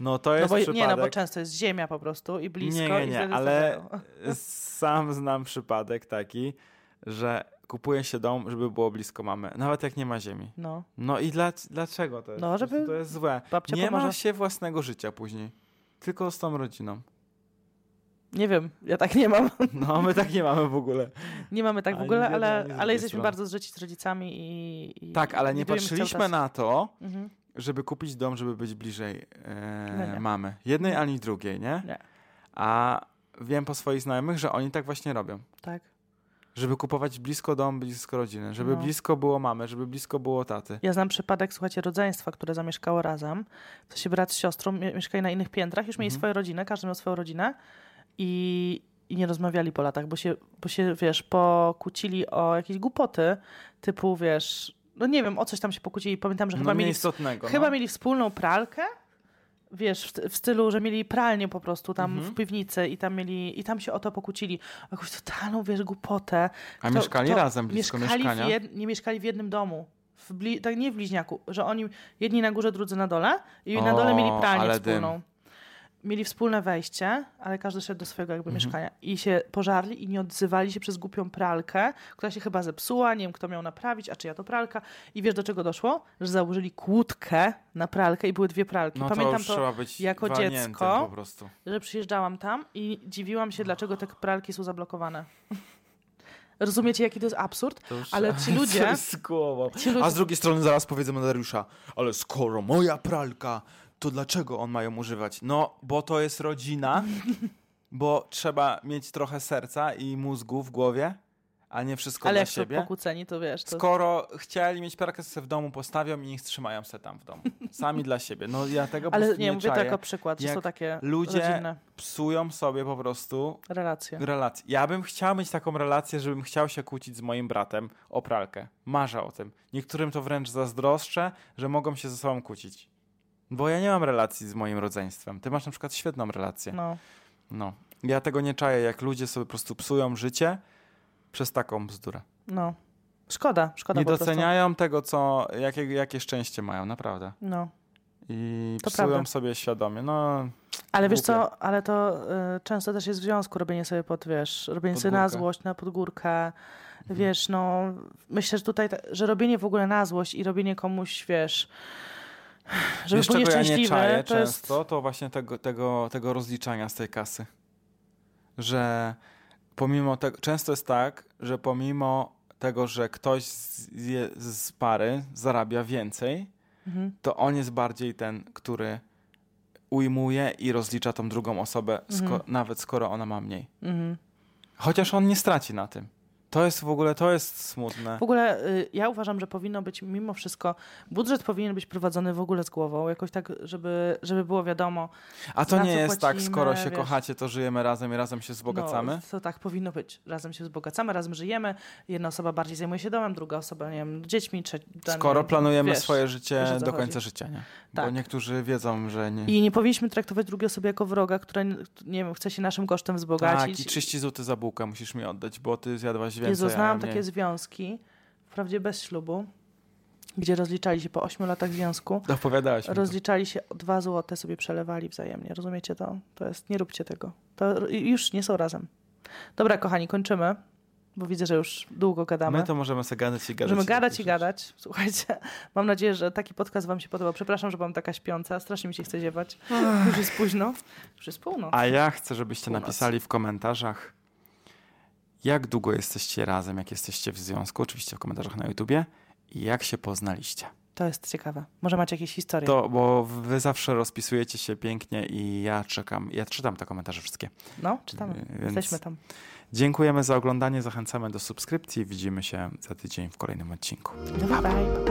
Speaker 1: No to jest
Speaker 2: no bo,
Speaker 1: przypadek.
Speaker 2: Nie, no bo często jest ziemia po prostu i blisko.
Speaker 1: nie, nie,
Speaker 2: i
Speaker 1: nie
Speaker 2: wtedy
Speaker 1: ale
Speaker 2: zabiorą.
Speaker 1: sam znam przypadek taki, że kupuje się dom, żeby było blisko mamy, nawet jak nie ma ziemi.
Speaker 2: No,
Speaker 1: No i dla, dlaczego to jest?
Speaker 2: No,
Speaker 1: Po prostu
Speaker 2: żeby
Speaker 1: To jest złe.
Speaker 2: babcia
Speaker 1: Nie
Speaker 2: pomoże.
Speaker 1: ma się własnego życia później, tylko z tą rodziną.
Speaker 2: nie wiem, ja tak nie mam.
Speaker 1: No, my tak nie mamy w ogóle.
Speaker 2: Nie mamy tak w
Speaker 1: Ani
Speaker 2: ogóle,
Speaker 1: z jednej, ani z
Speaker 2: ale,
Speaker 1: drugiej
Speaker 2: ale jesteśmy
Speaker 1: strony.
Speaker 2: bardzo zżyci z rodzicami i. i
Speaker 1: Tak, ale nie
Speaker 2: widujemy się cały
Speaker 1: patrzyliśmy
Speaker 2: czas.
Speaker 1: na to,
Speaker 2: Mhm.
Speaker 1: żeby kupić dom, żeby być bliżej e,
Speaker 2: No nie.
Speaker 1: mamy. Jednej ani drugiej, nie?
Speaker 2: Nie.
Speaker 1: A wiem po swoich znajomych, że oni tak właśnie robią.
Speaker 2: Tak.
Speaker 1: Żeby kupować blisko dom, blisko rodziny, żeby
Speaker 2: No.
Speaker 1: blisko było mamy, żeby blisko było taty.
Speaker 2: Ja znam przypadek, słuchajcie, rodzeństwa, które zamieszkało razem. W sensie brat z siostrą mie- mieszkali na innych piętrach, już mieli
Speaker 1: Mhm.
Speaker 2: swoje rodziny, każdy miał swoją rodzinę i, i nie rozmawiali po latach, bo się, bo się, wiesz, pokłócili o jakieś głupoty, typu, wiesz, no nie wiem, o coś tam się pokłócili. Pamiętam, że
Speaker 1: No
Speaker 2: chyba, mieli,
Speaker 1: nieistotnego.
Speaker 2: chyba
Speaker 1: no.
Speaker 2: mieli wspólną pralkę. Wiesz, w, st- w stylu, że mieli pralnię po prostu tam
Speaker 1: Mhm.
Speaker 2: w piwnicy i tam mieli, i tam się o to pokłócili. Jakąś totalną, wiesz, głupotę.
Speaker 1: A mieszkali razem blisko
Speaker 2: mieszkali
Speaker 1: mieszkania?
Speaker 2: W jed, nie mieszkali w jednym domu. W bli, tak nie w bliźniaku, że oni jedni na górze, drudzy na dole i na
Speaker 1: O,
Speaker 2: dole mieli pralnię
Speaker 1: ale dym.
Speaker 2: wspólną. Mieli wspólne wejście, ale każdy szedł do swojego
Speaker 1: Mhm.
Speaker 2: jakby mieszkania i się pożarli i nie odzywali się przez głupią pralkę, która się chyba zepsuła, nie wiem kto miał naprawić, a czy ja to pralka. I wiesz do czego doszło? Że założyli kłódkę na pralkę i były dwie pralki.
Speaker 1: No to
Speaker 2: Pamiętam
Speaker 1: już trzeba być
Speaker 2: jako
Speaker 1: walniętym
Speaker 2: dziecko.
Speaker 1: po prostu.
Speaker 2: że przyjeżdżałam tam i dziwiłam się, dlaczego te pralki są zablokowane. Rozumiecie, jaki to jest absurd?
Speaker 1: To już-
Speaker 2: Ale ci
Speaker 1: To
Speaker 2: ludzie,
Speaker 1: jest głowa.
Speaker 2: ci ludzie
Speaker 1: A z drugiej strony zaraz powiedzę Dariusza, ale skoro moja pralka, to dlaczego on ma ją używać? No, bo to jest rodzina, bo trzeba mieć trochę serca i mózgu w głowie, a nie wszystko
Speaker 2: ale
Speaker 1: dla
Speaker 2: jak są
Speaker 1: siebie.
Speaker 2: pokłóceni, to wiesz, to
Speaker 1: Skoro chcieli mieć pralkę, to se w domu postawią i niech trzymają se tam w domu. Sami dla siebie. No ja tego po
Speaker 2: Ale
Speaker 1: prostu
Speaker 2: nie, mówię tak to
Speaker 1: czaję.
Speaker 2: jako przykład, że
Speaker 1: Jak
Speaker 2: są takie
Speaker 1: ludzie-
Speaker 2: rodzinne
Speaker 1: Psują sobie po prostu
Speaker 2: relacje.
Speaker 1: relację. Ja bym chciał mieć taką relację, żebym chciał się kłócić z moim bratem o pralkę. Marzę o tym. Niektórym to wręcz zazdroszczę, że mogą się ze sobą kłócić. Bo ja nie mam relacji z moim rodzeństwem. Ty masz na przykład świetną relację.
Speaker 2: No.
Speaker 1: No. Ja tego nie czaję, jak ludzie sobie po prostu psują życie przez taką bzdurę.
Speaker 2: No. Szkoda, szkoda
Speaker 1: Nie
Speaker 2: po prostu.
Speaker 1: doceniają tego, co, jakie, jakie szczęście mają, naprawdę.
Speaker 2: No.
Speaker 1: I
Speaker 2: To
Speaker 1: psują
Speaker 2: prawda.
Speaker 1: sobie świadomie. No,
Speaker 2: Ale wiesz
Speaker 1: Głupie.
Speaker 2: co, ale to y, często też jest w związku robienie sobie pod, wiesz, robienie
Speaker 1: Pod
Speaker 2: sobie na
Speaker 1: górkę. Mhm.
Speaker 2: złość, na podgórkę, wiesz, no, myślę, że tutaj, ta- że robienie w ogóle na złość i robienie komuś, wiesz, żeby
Speaker 1: wiesz,
Speaker 2: był
Speaker 1: czego ja
Speaker 2: nieszczęśliwy,
Speaker 1: nie czaję
Speaker 2: to jest...
Speaker 1: często, to właśnie tego, tego, tego rozliczania z tej kasy. Że pomimo tego, często jest tak, że pomimo tego, że ktoś z, je- z pary zarabia więcej,
Speaker 2: Mhm.
Speaker 1: to on jest bardziej ten, który ujmuje i rozlicza tą drugą osobę, sko- nawet skoro ona ma mniej.
Speaker 2: Mhm.
Speaker 1: Chociaż on nie straci na tym. To jest w ogóle, to jest smutne.
Speaker 2: W ogóle y, ja uważam, że powinno być mimo wszystko, budżet powinien być prowadzony w ogóle z głową, jakoś tak, żeby, żeby było wiadomo,
Speaker 1: A to
Speaker 2: na
Speaker 1: nie
Speaker 2: co
Speaker 1: jest tak,
Speaker 2: płacimy,
Speaker 1: skoro się
Speaker 2: wiesz.
Speaker 1: kochacie, to żyjemy razem i razem się wzbogacamy?
Speaker 2: No, to tak powinno być. Razem się wzbogacamy, razem żyjemy. Jedna osoba bardziej zajmuje się domem, druga osoba, nie wiem, dziećmi, trzecia.
Speaker 1: Skoro planujemy
Speaker 2: wiesz,
Speaker 1: swoje
Speaker 2: wiesz, o
Speaker 1: życie
Speaker 2: co
Speaker 1: do
Speaker 2: chodzi.
Speaker 1: końca życia, nie? Bo
Speaker 2: Tak.
Speaker 1: niektórzy wiedzą, że nie.
Speaker 2: I nie powinniśmy traktować drugiej osoby jako wroga, która, nie wiem, chce się naszym kosztem
Speaker 1: tak,
Speaker 2: wzbogacić.
Speaker 1: i 30 zł za bułkę musisz mi oddać, bo ty zjadłaś więcej.
Speaker 2: Nie
Speaker 1: a ja
Speaker 2: znałam
Speaker 1: mniej.
Speaker 2: takie związki, wprawdzie bez ślubu, gdzie rozliczali się po 8 latach związku.
Speaker 1: Opowiadałaś mi to.
Speaker 2: Rozliczali się o 2 złote, sobie przelewali wzajemnie. Rozumiecie to? To jest, nie róbcie tego. To i- już nie są razem. Dobra, kochani, kończymy, bo widzę, że już długo gadamy.
Speaker 1: My to możemy sobie gadać i gadać.
Speaker 2: Możemy
Speaker 1: i takie
Speaker 2: gadać i
Speaker 1: rzeczy.
Speaker 2: gadać. Słuchajcie, mam nadzieję, że taki podcast wam się podobał. Przepraszam, że byłam taka śpiąca. Strasznie mi się chce ziewać. Już jest późno. Już jest północ.
Speaker 1: A ja chcę, żebyście
Speaker 2: Północ.
Speaker 1: napisali w komentarzach, jak długo jesteście razem, jak jesteście w związku, oczywiście w komentarzach na YouTubie, i jak się poznaliście.
Speaker 2: To jest ciekawe. Może macie jakieś historie.
Speaker 1: To, bo wy zawsze rozpisujecie się pięknie i ja czekam, ja czytam te komentarze wszystkie.
Speaker 2: No, czytamy.
Speaker 1: Yy, więc-
Speaker 2: Jesteśmy tam.
Speaker 1: Dziękujemy za oglądanie, zachęcamy do subskrypcji. Widzimy się za tydzień w kolejnym odcinku.
Speaker 2: Bye, bye.